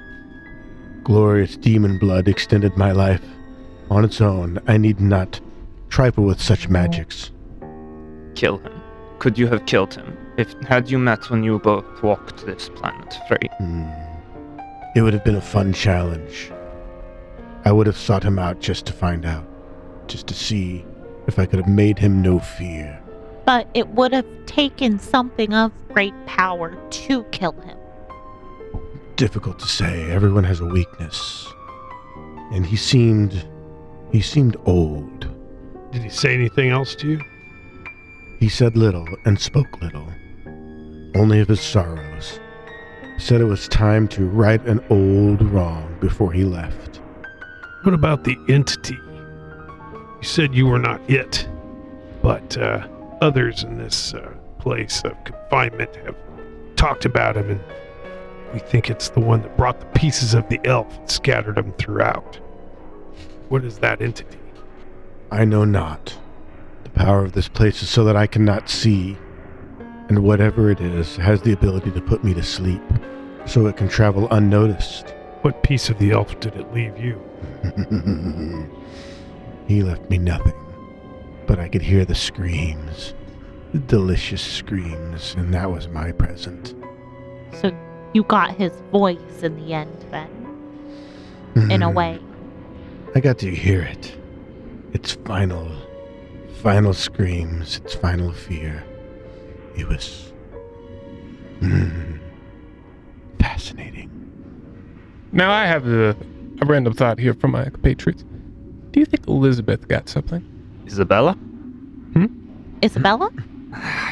glorious demon blood extended my life on its own. I need not trifle with such magics.
Kill him. Could you have killed him if had you met when you both walked this planet free?
Hmm. It would have been a fun challenge. I would have sought him out just to find out, just to see if I could have made him know fear.
But it would have taken something of great power to kill him.
difficult to say. Everyone has a weakness. And he seemed he seemed old.
Did he say anything else to you?
He said little and spoke little, only of his sorrows. Said it was time to right an old wrong before he left.
What about the entity? You said you were not it, but uh, others in this uh, place of confinement have talked about him and We think it's the one that brought the pieces of the elf and scattered them throughout. What is that entity?
I know not. The power of this place is so that I cannot see, and whatever it is has the ability to put me to sleep, so it can travel unnoticed.
What piece of the elf did it leave you?
he left me nothing, but I could hear the screams, the delicious screams, and that was my present.
So you got his voice in the end, then, in a way.
I got to hear it. Its final, final screams, its final fear. It was mm, fascinating.
Now I have a, a random thought here from my compatriots. Do you think Elizabeth got something?
Isabella?
Isabella?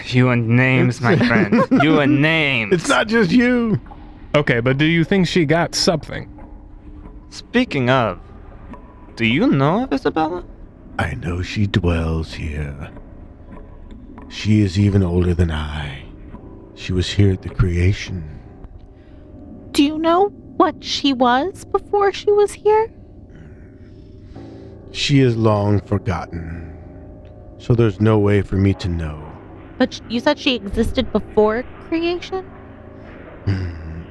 You and names, my friend. You and names.
It's not just you.
Okay, but do you think she got something?
Speaking of, do you know of Isabella?
I know she dwells here. She is even older than I. She was here at the creation.
Do you know what she was before she was here?
She is long forgotten, so there's no way for me to know.
But sh- you said she existed before creation?
Hmm.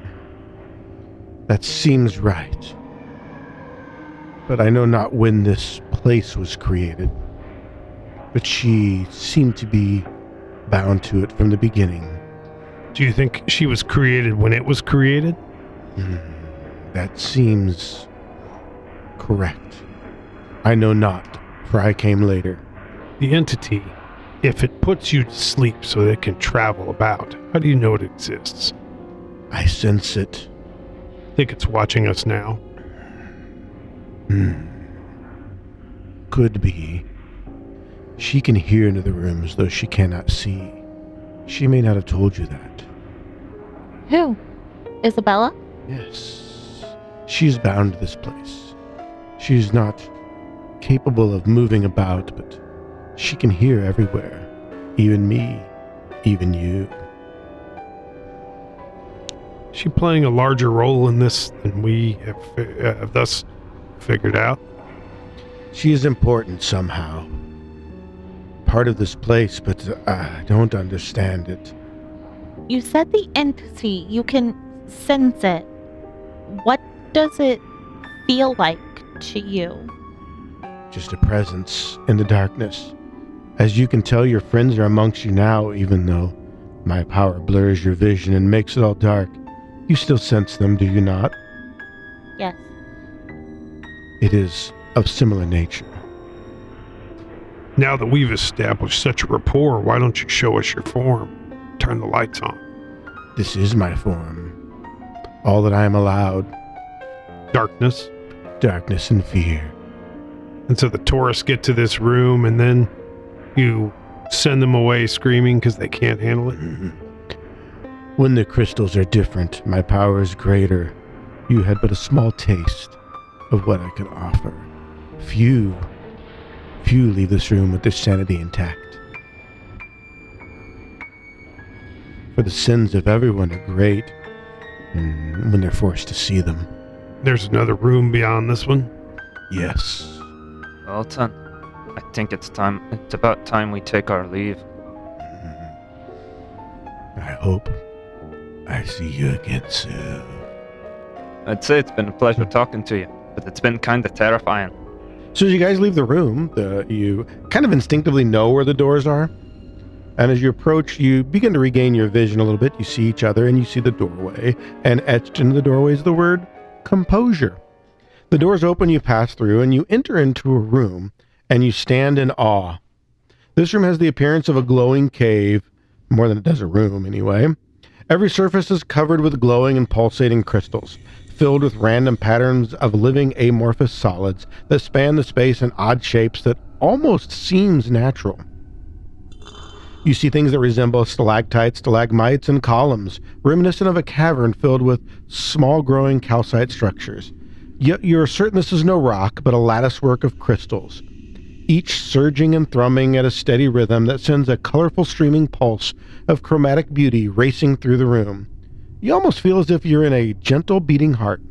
That seems right. But I know not when this place was created. But she seemed to be bound to it from the beginning.
Do you think she was created when it was created?
Hmm. That seems correct. I know not, for I came later.
The entity, if it puts you to sleep so that it can travel about, how do you know it exists?
I sense it.
Think it's watching us now?
Hmm. Could be. She can hear into the rooms, though she cannot see. She may not have told you that.
Who? Isabella?
Yes. She's bound to this place. She's not capable of moving about, but she can hear everywhere. Even me. Even you.
She playing a larger role in this than we have, fi- uh, have thus figured out.
She is important somehow. Part of this place, but uh, I don't understand it.
You said the entity, you can sense it. What does it feel like to you?
just a presence in the darkness. As you can tell, your friends are amongst you now, even though my power blurs your vision and makes it all dark. You still sense them, do you not?
Yes.
It is of similar nature.
Now that we've established such a rapport, why don't you show us your form? Turn the lights on.
This is my form. All that I am allowed
Darkness.
darkness and fear.
And so the tourists get to this room and then you send them away screaming because they can't handle it.
Mm-hmm. When the crystals are different, my power is greater. You had but a small taste of what I could offer. Few, few leave this room with their sanity intact. For the sins of everyone are great mm, when they're forced to see them.
There's another room beyond this one.
Yes.
Well done.
I think it's time. It's about time we take our leave.
Mm-hmm. I hope I see you again soon.
I'd say it's been a pleasure talking to you, but it's been kind of terrifying.
So as you guys leave the room, the, you kind of instinctively know where the doors are. And as you approach, you begin to regain your vision a little bit. You see each other and you see the doorway. And etched into the doorway is the word composure. The doors open, you pass through, and you enter into a room and you stand in awe. This room has the appearance of a glowing cave, more than it does a room anyway. Every surface is covered with glowing and pulsating crystals, filled with random patterns of living amorphous solids that span the space in odd shapes that almost seems natural. You see things that resemble stalactites, stalagmites, and columns, reminiscent of a cavern filled with small growing calcite structures. Yet you're certain this is no rock, but a latticework of crystals, each surging and thrumming at a steady rhythm that sends a colorful streaming pulse of chromatic beauty racing through the room.
You almost feel as if you're in a gentle beating heart.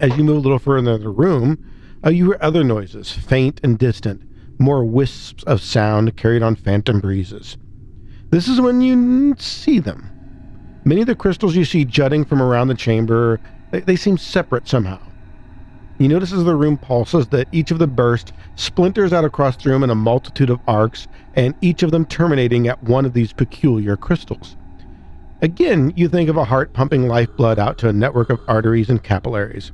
As you move a little further in the room, uh, you hear other noises, faint and distant, more wisps of sound carried on phantom breezes. This is when you n- see them. Many of the crystals you see jutting from around the chamber, they, they seem separate somehow. You notice as the room pulses that each of the bursts splinters out across the room in a multitude of arcs, and each of them terminating at one of these peculiar crystals. Again, you think of a heart pumping lifeblood out to a network of arteries and capillaries.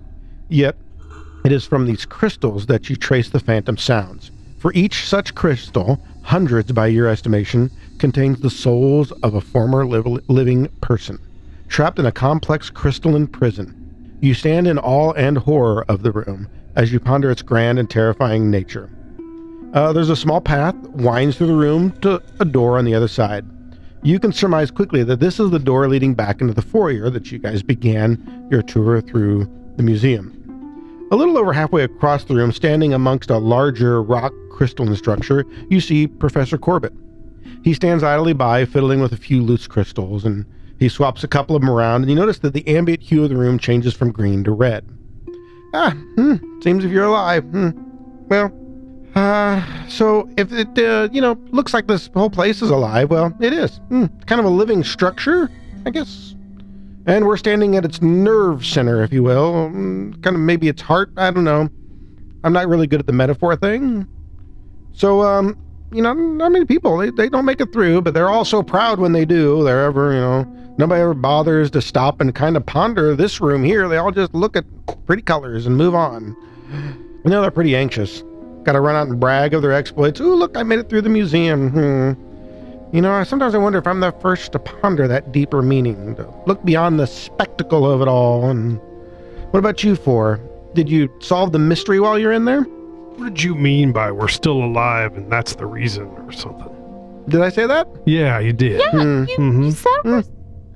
Yet, it is from these crystals that you trace the phantom sounds. For each such crystal, hundreds by your estimation, contains the souls of a former liv- living person, trapped in a complex crystalline prison. You stand in awe and horror of the room as you ponder its grand and terrifying nature. Uh, there's a small path winds through the room to a door on the other side. You can surmise quickly that this is the door leading back into the foyer that you guys began your tour through the museum. A little over halfway across the room, standing amongst a larger rock crystalline structure, you see Professor Corbett. He stands idly by, fiddling with a few loose crystals, and he swaps a couple of them around, and you notice that the ambient hue of the room changes from green to red. Ah, hmm, seems if you're alive. Hmm. Well, uh, so if it, uh, you know, looks like this whole place is alive, well, it is. Hmm, kind of a living structure, I guess. And we're standing at its nerve center, if you will. Mm, Kind of maybe its heart. I don't know. I'm not really good at the metaphor thing. So, um, you know, not many people, they, they don't make it through, but they're all so proud when they do. They're ever, you know, nobody ever bothers to stop and kind of ponder this room here. They all just look at pretty colors and move on. You know, they're pretty anxious. Got to run out and brag of their exploits. Ooh, look, I made it through the museum. Hmm. You know, I sometimes I wonder if I'm the first to ponder that deeper meaning, to look beyond the spectacle of it all. And what about you, Four? Did you solve the mystery while you're in there?
What did you mean by we're still alive and that's the reason or something?
Did I say that?
Yeah, you did.
Yeah,
Hmm.
you,
hmm
you sound
Hmm.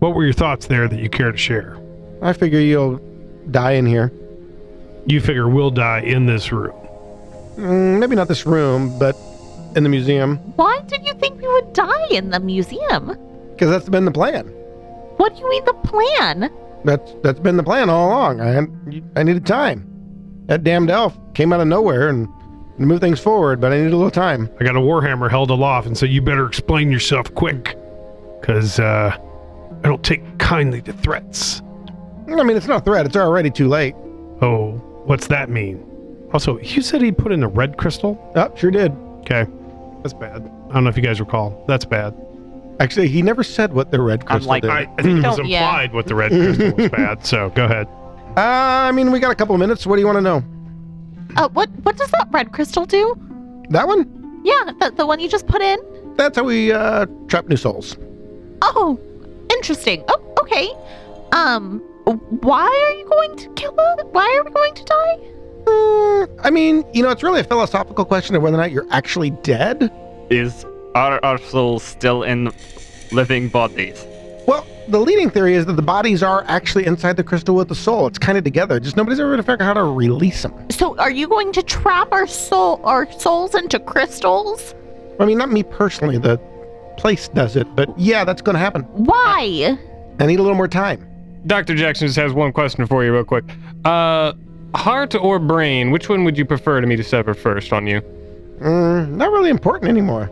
What were your thoughts there that you care to share?
I figure you'll die in here.
You figure we'll die in this room.
Mm, maybe not this room, but in the museum,
Why did you think we would die in the museum?
because that's been the plan.
What do you mean the plan?
That's that's been the plan all along. I had- I needed time. That damned elf came out of nowhere and moved things forward, but I needed a little time.
I got a warhammer held aloft and said, you better explain yourself quick, because uh, I don't take kindly to threats.
I mean, it's not a threat. It's already too late.
Oh, what's that mean? Also, you said he put in a red crystal.
Oh, sure did.
Okay, that's bad. I don't know if you guys recall. That's bad.
Actually, he never said what the red crystal
like,
did.
I, I think it was
Don't- yeah.
implied what the red crystal was bad. So go ahead.
Uh, I mean, we got a couple minutes. What do you want to know?
Uh, what what does that red crystal do?
That one?
Yeah, the, the one you just put in.
That's how we uh, trap new souls.
Oh, interesting. Oh, okay. Um, why are you going to kill us? Why are we going to die?
Uh, I mean, you know, it's really a philosophical question of whether or not you're actually dead.
Is are our souls still in living bodies?
Well, the leading theory is that the bodies are actually inside the crystal with the soul. It's kind of together. Just nobody's ever going to figure out how to release them.
So, are you going to trap our soul, our souls into crystals?
I mean, not me personally. The place does it, but yeah, that's going to happen.
Why?
I need a little more time.
Dr. Jackson just has one question for you, real quick. Uh, heart or brain, which one would you prefer to me to sever first on you?
Mm, not really important anymore.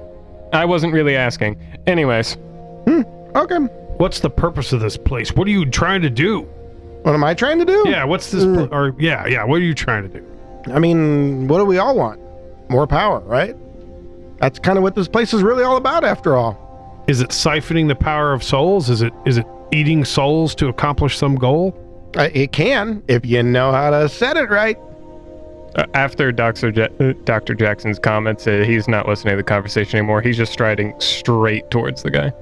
I wasn't really asking. Anyways,
Hmm, Okay.
What's the purpose of this place? What are you trying to do?
What am I trying to do?
Yeah, what's this?
Mm.
pl- or yeah, Uh, yeah, what are you trying to do?
I mean, what do we all want? More power, right? That's kind of what this place is really all about, after all.
Is it siphoning the power of souls? Is it is it eating souls to accomplish some goal?
Uh, it can, if you know how to set it right.
uh, after Dr. Ja- uh, Dr. Jackson's comments, uh, he's not listening to the conversation anymore. He's just striding straight towards the guy.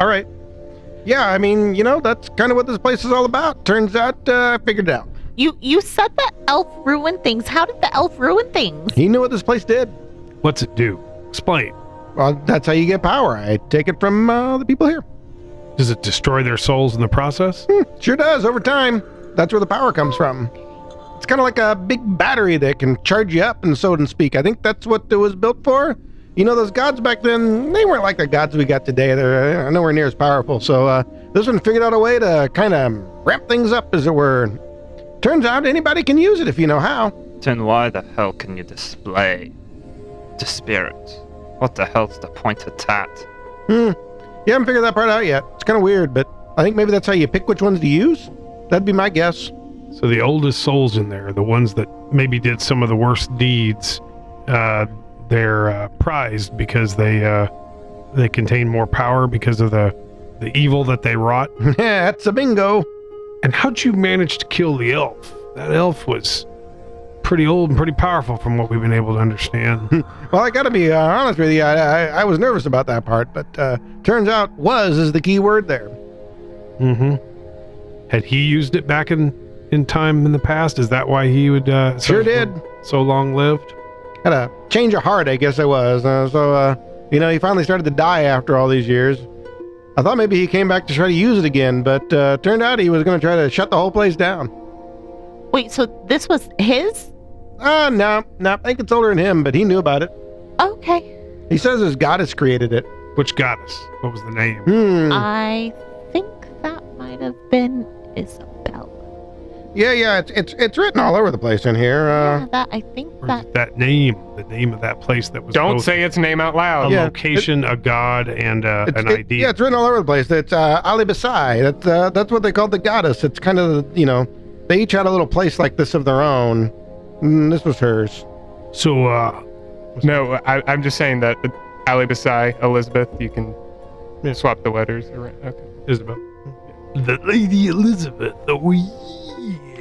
All right. Yeah, I mean, you know, that's kind of what this place is all about. Turns out, uh, I figured it out.
You you said the elf ruined things. How did the elf ruin things?
He knew what this place did.
What's it do? Explain.
Well, that's how you get power. I take it from uh, the people here. Hmm,
Does it destroy their souls in the process?
Sure does, over time. That's where the power comes from. It's kind of like a big battery that can charge you up and so to speak. I think that's what it was built for. You know, those gods back then, they weren't like the gods we got today. They're uh, nowhere near as powerful. So uh, This one figured out a way to kind of wrap things up, as it were. Turns out anybody can use it if you know how.
Then why the hell can you display the spirit? What the hell's the point of that?
Hmm. You haven't figured that part out yet. It's kind of weird, but I think maybe that's how you pick which ones to use. That'd be my guess.
So the oldest souls in there, the ones that maybe did some of the worst deeds, uh, they're uh, prized because they uh, they contain more power because of the the evil that they wrought.
Yeah, that's a bingo.
And how'd you manage to kill the elf? That elf was pretty old and pretty powerful, from what we've been able to understand.
Well, I gotta be uh, honest with you. I, I, I was nervous about that part, but uh, turns out was is the key word there.
mm-hmm. Had he used it back in in time in the past? Is that why he would uh, so-
Sure did.
so long lived?
Had a change of heart, I guess I was. Uh, so, uh, you know, he finally started to die after all these years. I thought maybe he came back to try to use it again, but uh, turned out he was gonna try to shut the whole place down.
Wait, so this was his?
Ah, no, no, I think it's older than him, but he knew about it.
Okay.
He says his goddess created it.
Which goddess? What was the name?
Hmm.
I think that might have been Isabel.
yeah, yeah, it's, it's it's written all over the place in here. Uh,
yeah, that I think
Or is
that
it that name? The name of that place that was
Don't
both
say its name out
a
loud.
Yeah.
location, a god, and uh,
It's-
an
it-
idea.
Yeah, it's written all over the place. It's uh, Ali Basai. That's uh, that's what they called the goddess. It's kind of you know they each had a little place like this of their own. Mm, this was hers.
So uh,
No, I, I'm just saying that uh, Ali Basai, Elizabeth, you can swap the letters around. Okay.
Isabel, the Lady Elizabeth. Oh,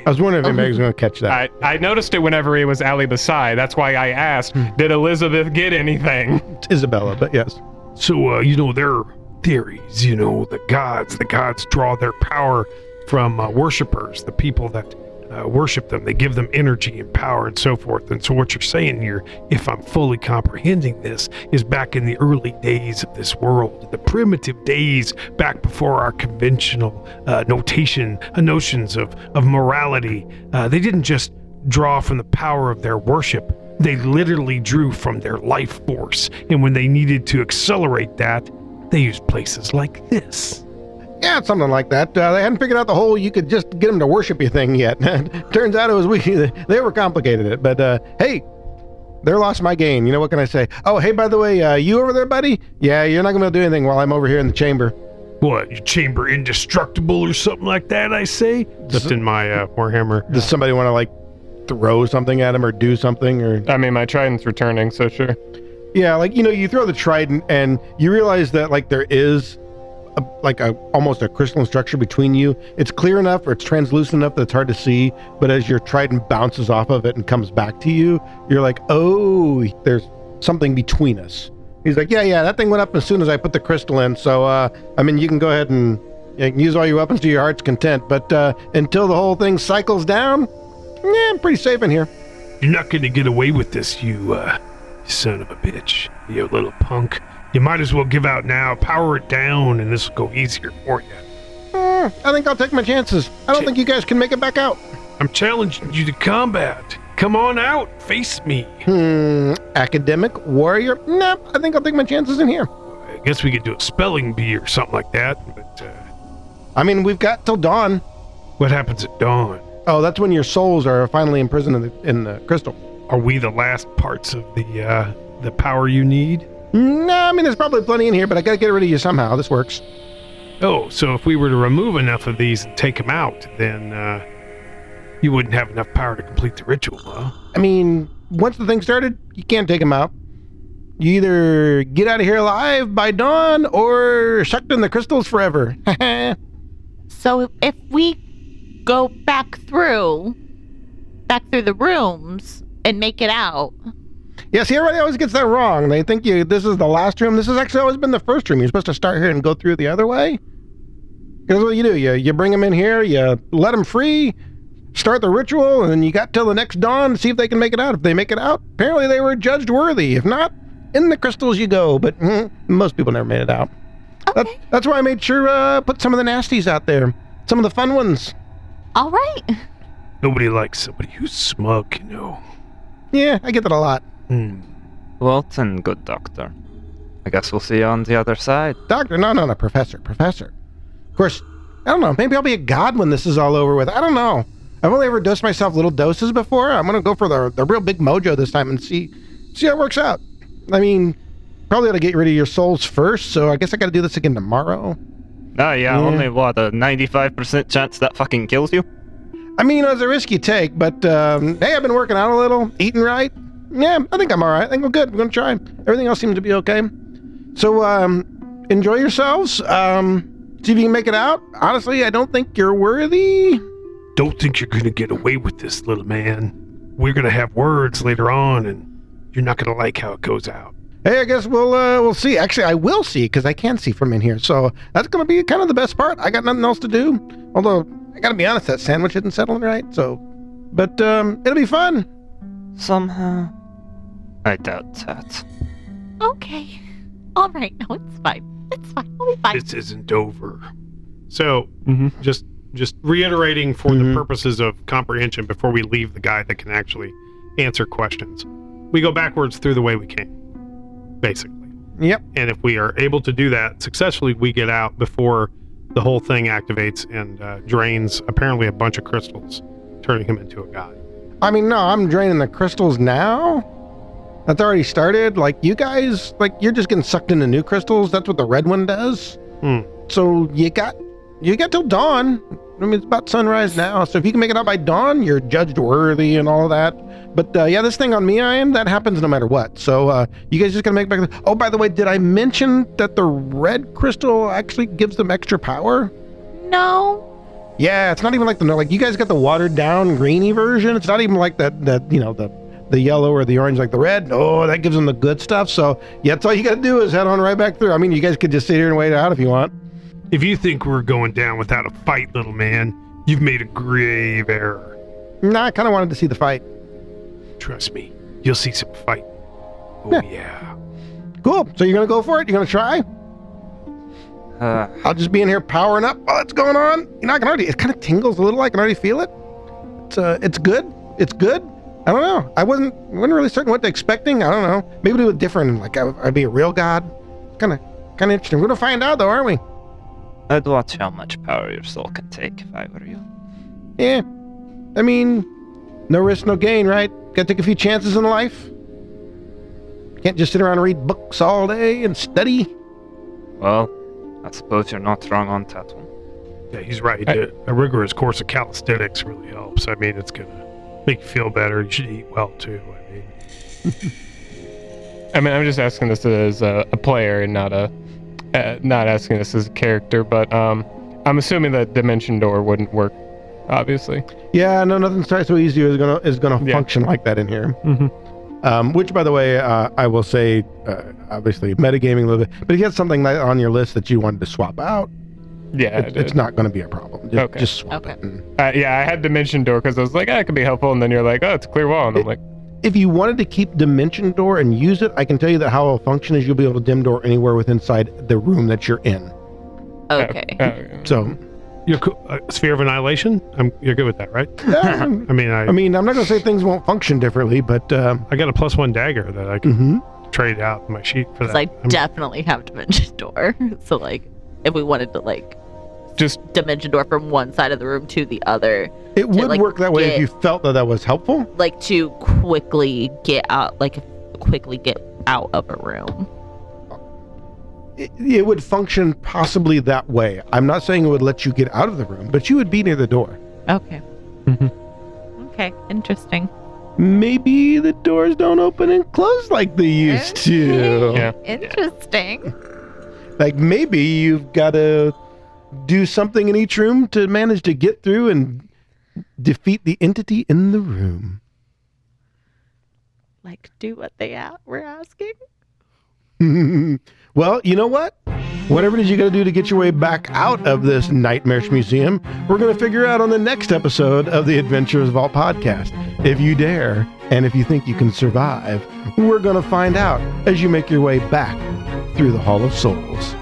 I was wondering if anybody was going to catch that.
I, I noticed it whenever it was Ali Basai. That's why I asked, did Elizabeth get anything?
It's Hmm. Isabella, but yes.
So uh, you know their theories. You know the gods. The gods draw their power from uh, worshippers, the people that uh, worship them. They give them energy and power and so forth. And so what you're saying here, if I'm fully comprehending this, is back in the early days of this world, the primitive days, back before our conventional uh, notation, uh, notions of of morality. Uh, they didn't just draw from the power of their worship. They literally drew from their life force, and when they needed to accelerate that, they used places like this.
Yeah, it's something like that. Uh, they hadn't figured out the whole you could just get them to worship you thing yet. Turns out it was we. They were complicated it, but uh, hey, they're lost my gain. You know what can I say? Oh, hey, by the way, uh, you over there, buddy? Yeah, you're not going to do anything while I'm over here in the chamber.
What, your chamber indestructible or something like that, I say? Just in my uh, Warhammer.
Does somebody want to like throw something at him or do something or?
I mean, my trident's returning, so sure.
Yeah, like you know, you throw the trident and you realize that like there is a, like a almost a crystalline structure between you. It's clear enough or it's translucent enough that it's hard to see, but as your trident bounces off of it and comes back to you, you're like, "Oh, there's something between us." He's like, "Yeah, yeah, that thing went up as soon as I put the crystal in." So, uh, I mean, you can go ahead and you can use all your weapons to your heart's content, but uh, until the whole thing cycles down, yeah, I'm pretty safe in here.
You're not going to get away with this, you, uh, you son of a bitch. You little punk. You might as well give out now, power it down, and this will go easier for you.
Hmm, I think I'll take my chances. I don't think you guys can make it back out.
I'm challenging you to combat. Come on out, face me.
Hmm, academic warrior. Nah, I think I'll take my chances in here.
I guess we could do a spelling bee or something like that, but uh,
I mean, we've got till dawn.
what happens at dawn?
Oh, that's when your souls are finally imprisoned in the, in the crystal.
Are we the last parts of the uh, the power you need?
Nah, I mean, there's probably plenty in here, but I gotta get rid of you somehow. This works.
Oh, so if we were to remove enough of these and take them out, then uh, you wouldn't have enough power to complete the ritual, huh?
I mean, once the thing started, you can't take them out. You either get out of here alive by dawn or sucked in the crystals forever.
so if- if we go back through back through the rooms and make it out.
Yeah, see, everybody always gets that wrong. They think you this is the last room. This has actually always been the first room. You're supposed to start here and go through the other way. Because what you do, you you bring them in here, you let them free, start the ritual, and then you got till the next dawn to see if they can make it out. If they make it out, apparently they were judged worthy. If not, in the crystals you go. But mm, most people never made it out. That,
Okay.
that's why I made sure uh, put some of the nasties out there, some of the fun ones.
All right.
Nobody likes somebody who's smug, you know.
Yeah, I get that a lot.
Hmm.
Well then, good doctor. I guess we'll see you on the other side.
Doctor, no, no, no, professor, professor. Of course, I don't know. Maybe I'll be a god when this is all over with. I don't know. I've only ever dosed myself little doses before. I'm gonna go for the the real big mojo this time and see see how it works out. I mean, probably ought to get rid of your souls first. So I guess I got to do this again tomorrow.
Oh, yeah, only what, a 95% chance that fucking kills you?
I mean, it was a risk you take, but um, hey, I've been working out a little, eating right. Yeah, I think I'm all right. I think I'm good. I'm gonna try. Everything else seems to be okay. So um, enjoy yourselves. Um, see if you can make it out. Honestly, I don't think you're worthy.
Don't think you're going to get away with this, little man. We're going to have words later on, and you're not going to like how it goes out.
Hey, I guess we'll uh, we'll see. Actually, I will see because I can see from in here. So that's gonna be kind of the best part. I got nothing else to do. Although I gotta be honest, that sandwich isn't settling right. So, but um, it'll be fun.
Somehow. I doubt that.
Okay. All right. No, it's fine. It's fine. We'll be fine.
This isn't over. So,
Mhm.
just just reiterating for
Mhm.
the purposes of comprehension before we leave the guy that can actually answer questions. We go backwards through the way we came, basically.
Yep.
And if we are able to do that successfully, we get out before the whole thing activates and uh, drains apparently a bunch of crystals, turning him into a god.
I mean, no, I'm draining the crystals now. That's already started. Like you guys, like you're just getting sucked into new crystals. That's what the red one does.
Hmm.
So you got you got till dawn. I mean, it's about sunrise now. So if you can make it out by dawn, you're judged worthy and all of that. But uh, yeah, this thing on me, I am that happens no matter what. So uh, you guys just gotta make back. The- oh, by the way, did I mention that the red crystal actually gives them extra power?
No.
Yeah, it's not even like the like you guys got the watered down greeny version. It's not even like that that you know the the yellow or the orange like the red. Oh, that gives them the good stuff. So yeah, that's all you got to do is head on right back through. I mean, you guys could just sit here and wait out if you want.
If you think we're going down without a fight, little man, you've made a grave error.
Nah, I kind of wanted to see the fight.
Trust me, you'll see some fight. Oh
Yeah.
yeah.
Cool. So you're gonna go for it. You're gonna try.
Uh,
I'll just be in here powering up. Oh, it's going on. You know, I can already. It kind of tingles a little. I can already feel it. It's uh, it's good. It's good. I don't know. I wasn't wasn't really certain what to expecting. I don't know. Maybe it was different. Like I, I'd be a real god. Kind of kind of interesting. We're gonna find out though, aren't we?
I'd watch how much power your soul can take if I were you.
Yeah. I mean, no risk, no gain, right? Got to take a few chances in life. Can't just sit around and read books all day and study.
Well, I suppose you're not wrong on that one.
Yeah, he's right.
I-
A a rigorous course of calisthenics really helps. I mean, it's gonna make you feel better. You should eat well too. I mean,
I mean, I'm just asking this as a, a player and not a, uh, not asking this as a character. But um, I'm assuming that dimension door wouldn't work, obviously.
Yeah, no, nothing starts with easier is gonna is gonna
Yeah.
function like that in here.
Mhm.
Um, which, by the way, uh, I will say, uh, obviously metagaming a little bit. But if you had something like on your list that you wanted to swap out,
Yeah, I
it,
did.
it's not going to be a problem. Just,
Okay.
just swap
Okay.
it. Mm. And
Uh, yeah, I had dimension door because I was like, ah, it could be helpful, and then you're like, oh, it's a clear wall, and I'm like,
if you wanted to keep Dimension Door and use it, I can tell you that how it'll function is you'll be able to dim door anywhere within inside the room that you're in.
Okay.
Uh,
oh, yeah.
So,
you're cool. Uh, sphere of annihilation. I'm, you're good with that, right?
yeah,
I mean, I
I mean, I'm not going to say things won't function differently, but uh,
I got a plus one dagger that I can
hmm
trade out in my sheet for that.
Because I
I'm-
definitely have dimension door. So like, if we wanted to like
just
dimension door from one side of the room to the other,
it would
like,
work that way if
get-
you felt that that was helpful.
like to quickly get out, like quickly get out of a room.
it, it would function possibly that way. I'm not saying it would let you get out of the room, but you would be near the door.
Okay.
Mhm.
Okay. Interesting.
Maybe the doors don't open and close like they used to.
Yeah.
Interesting.
Like maybe you've got to do something in each room to manage to get through and defeat the entity in the room.
Like, do what they a- we're asking.
well, you know what? Whatever it is you got to do to get your way back out of this nightmarish museum, we're going to figure out on the next episode of the Adventures Vault podcast. If you dare, and if you think you can survive, we're going to find out as you make your way back through the Hall of Souls.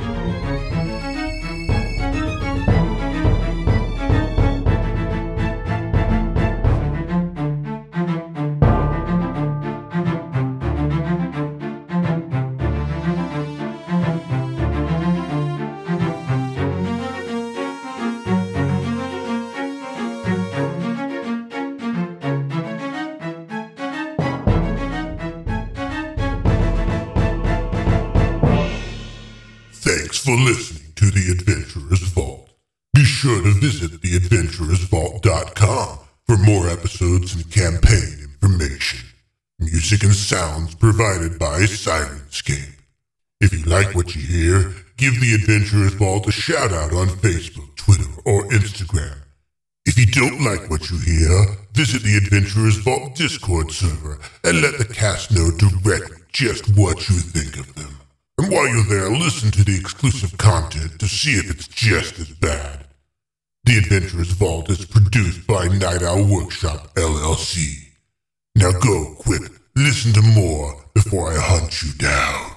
for listening to The Adventurer's Vault. Be sure to visit theadventurer'svault.com for more episodes and campaign information. Music and sounds provided by Sirenscape. If you like what you hear, give The Adventurer's Vault a shout out on Facebook, Twitter, or Instagram. If you don't like what you hear, visit the Adventurers Vault Discord server and let the cast know directly just what you think of them. And while you're there, listen to the exclusive content to see if it's just as bad. The Adventurers Vault is produced by Night Owl Workshop LLC. Now go, quick, listen to more before I hunt you down.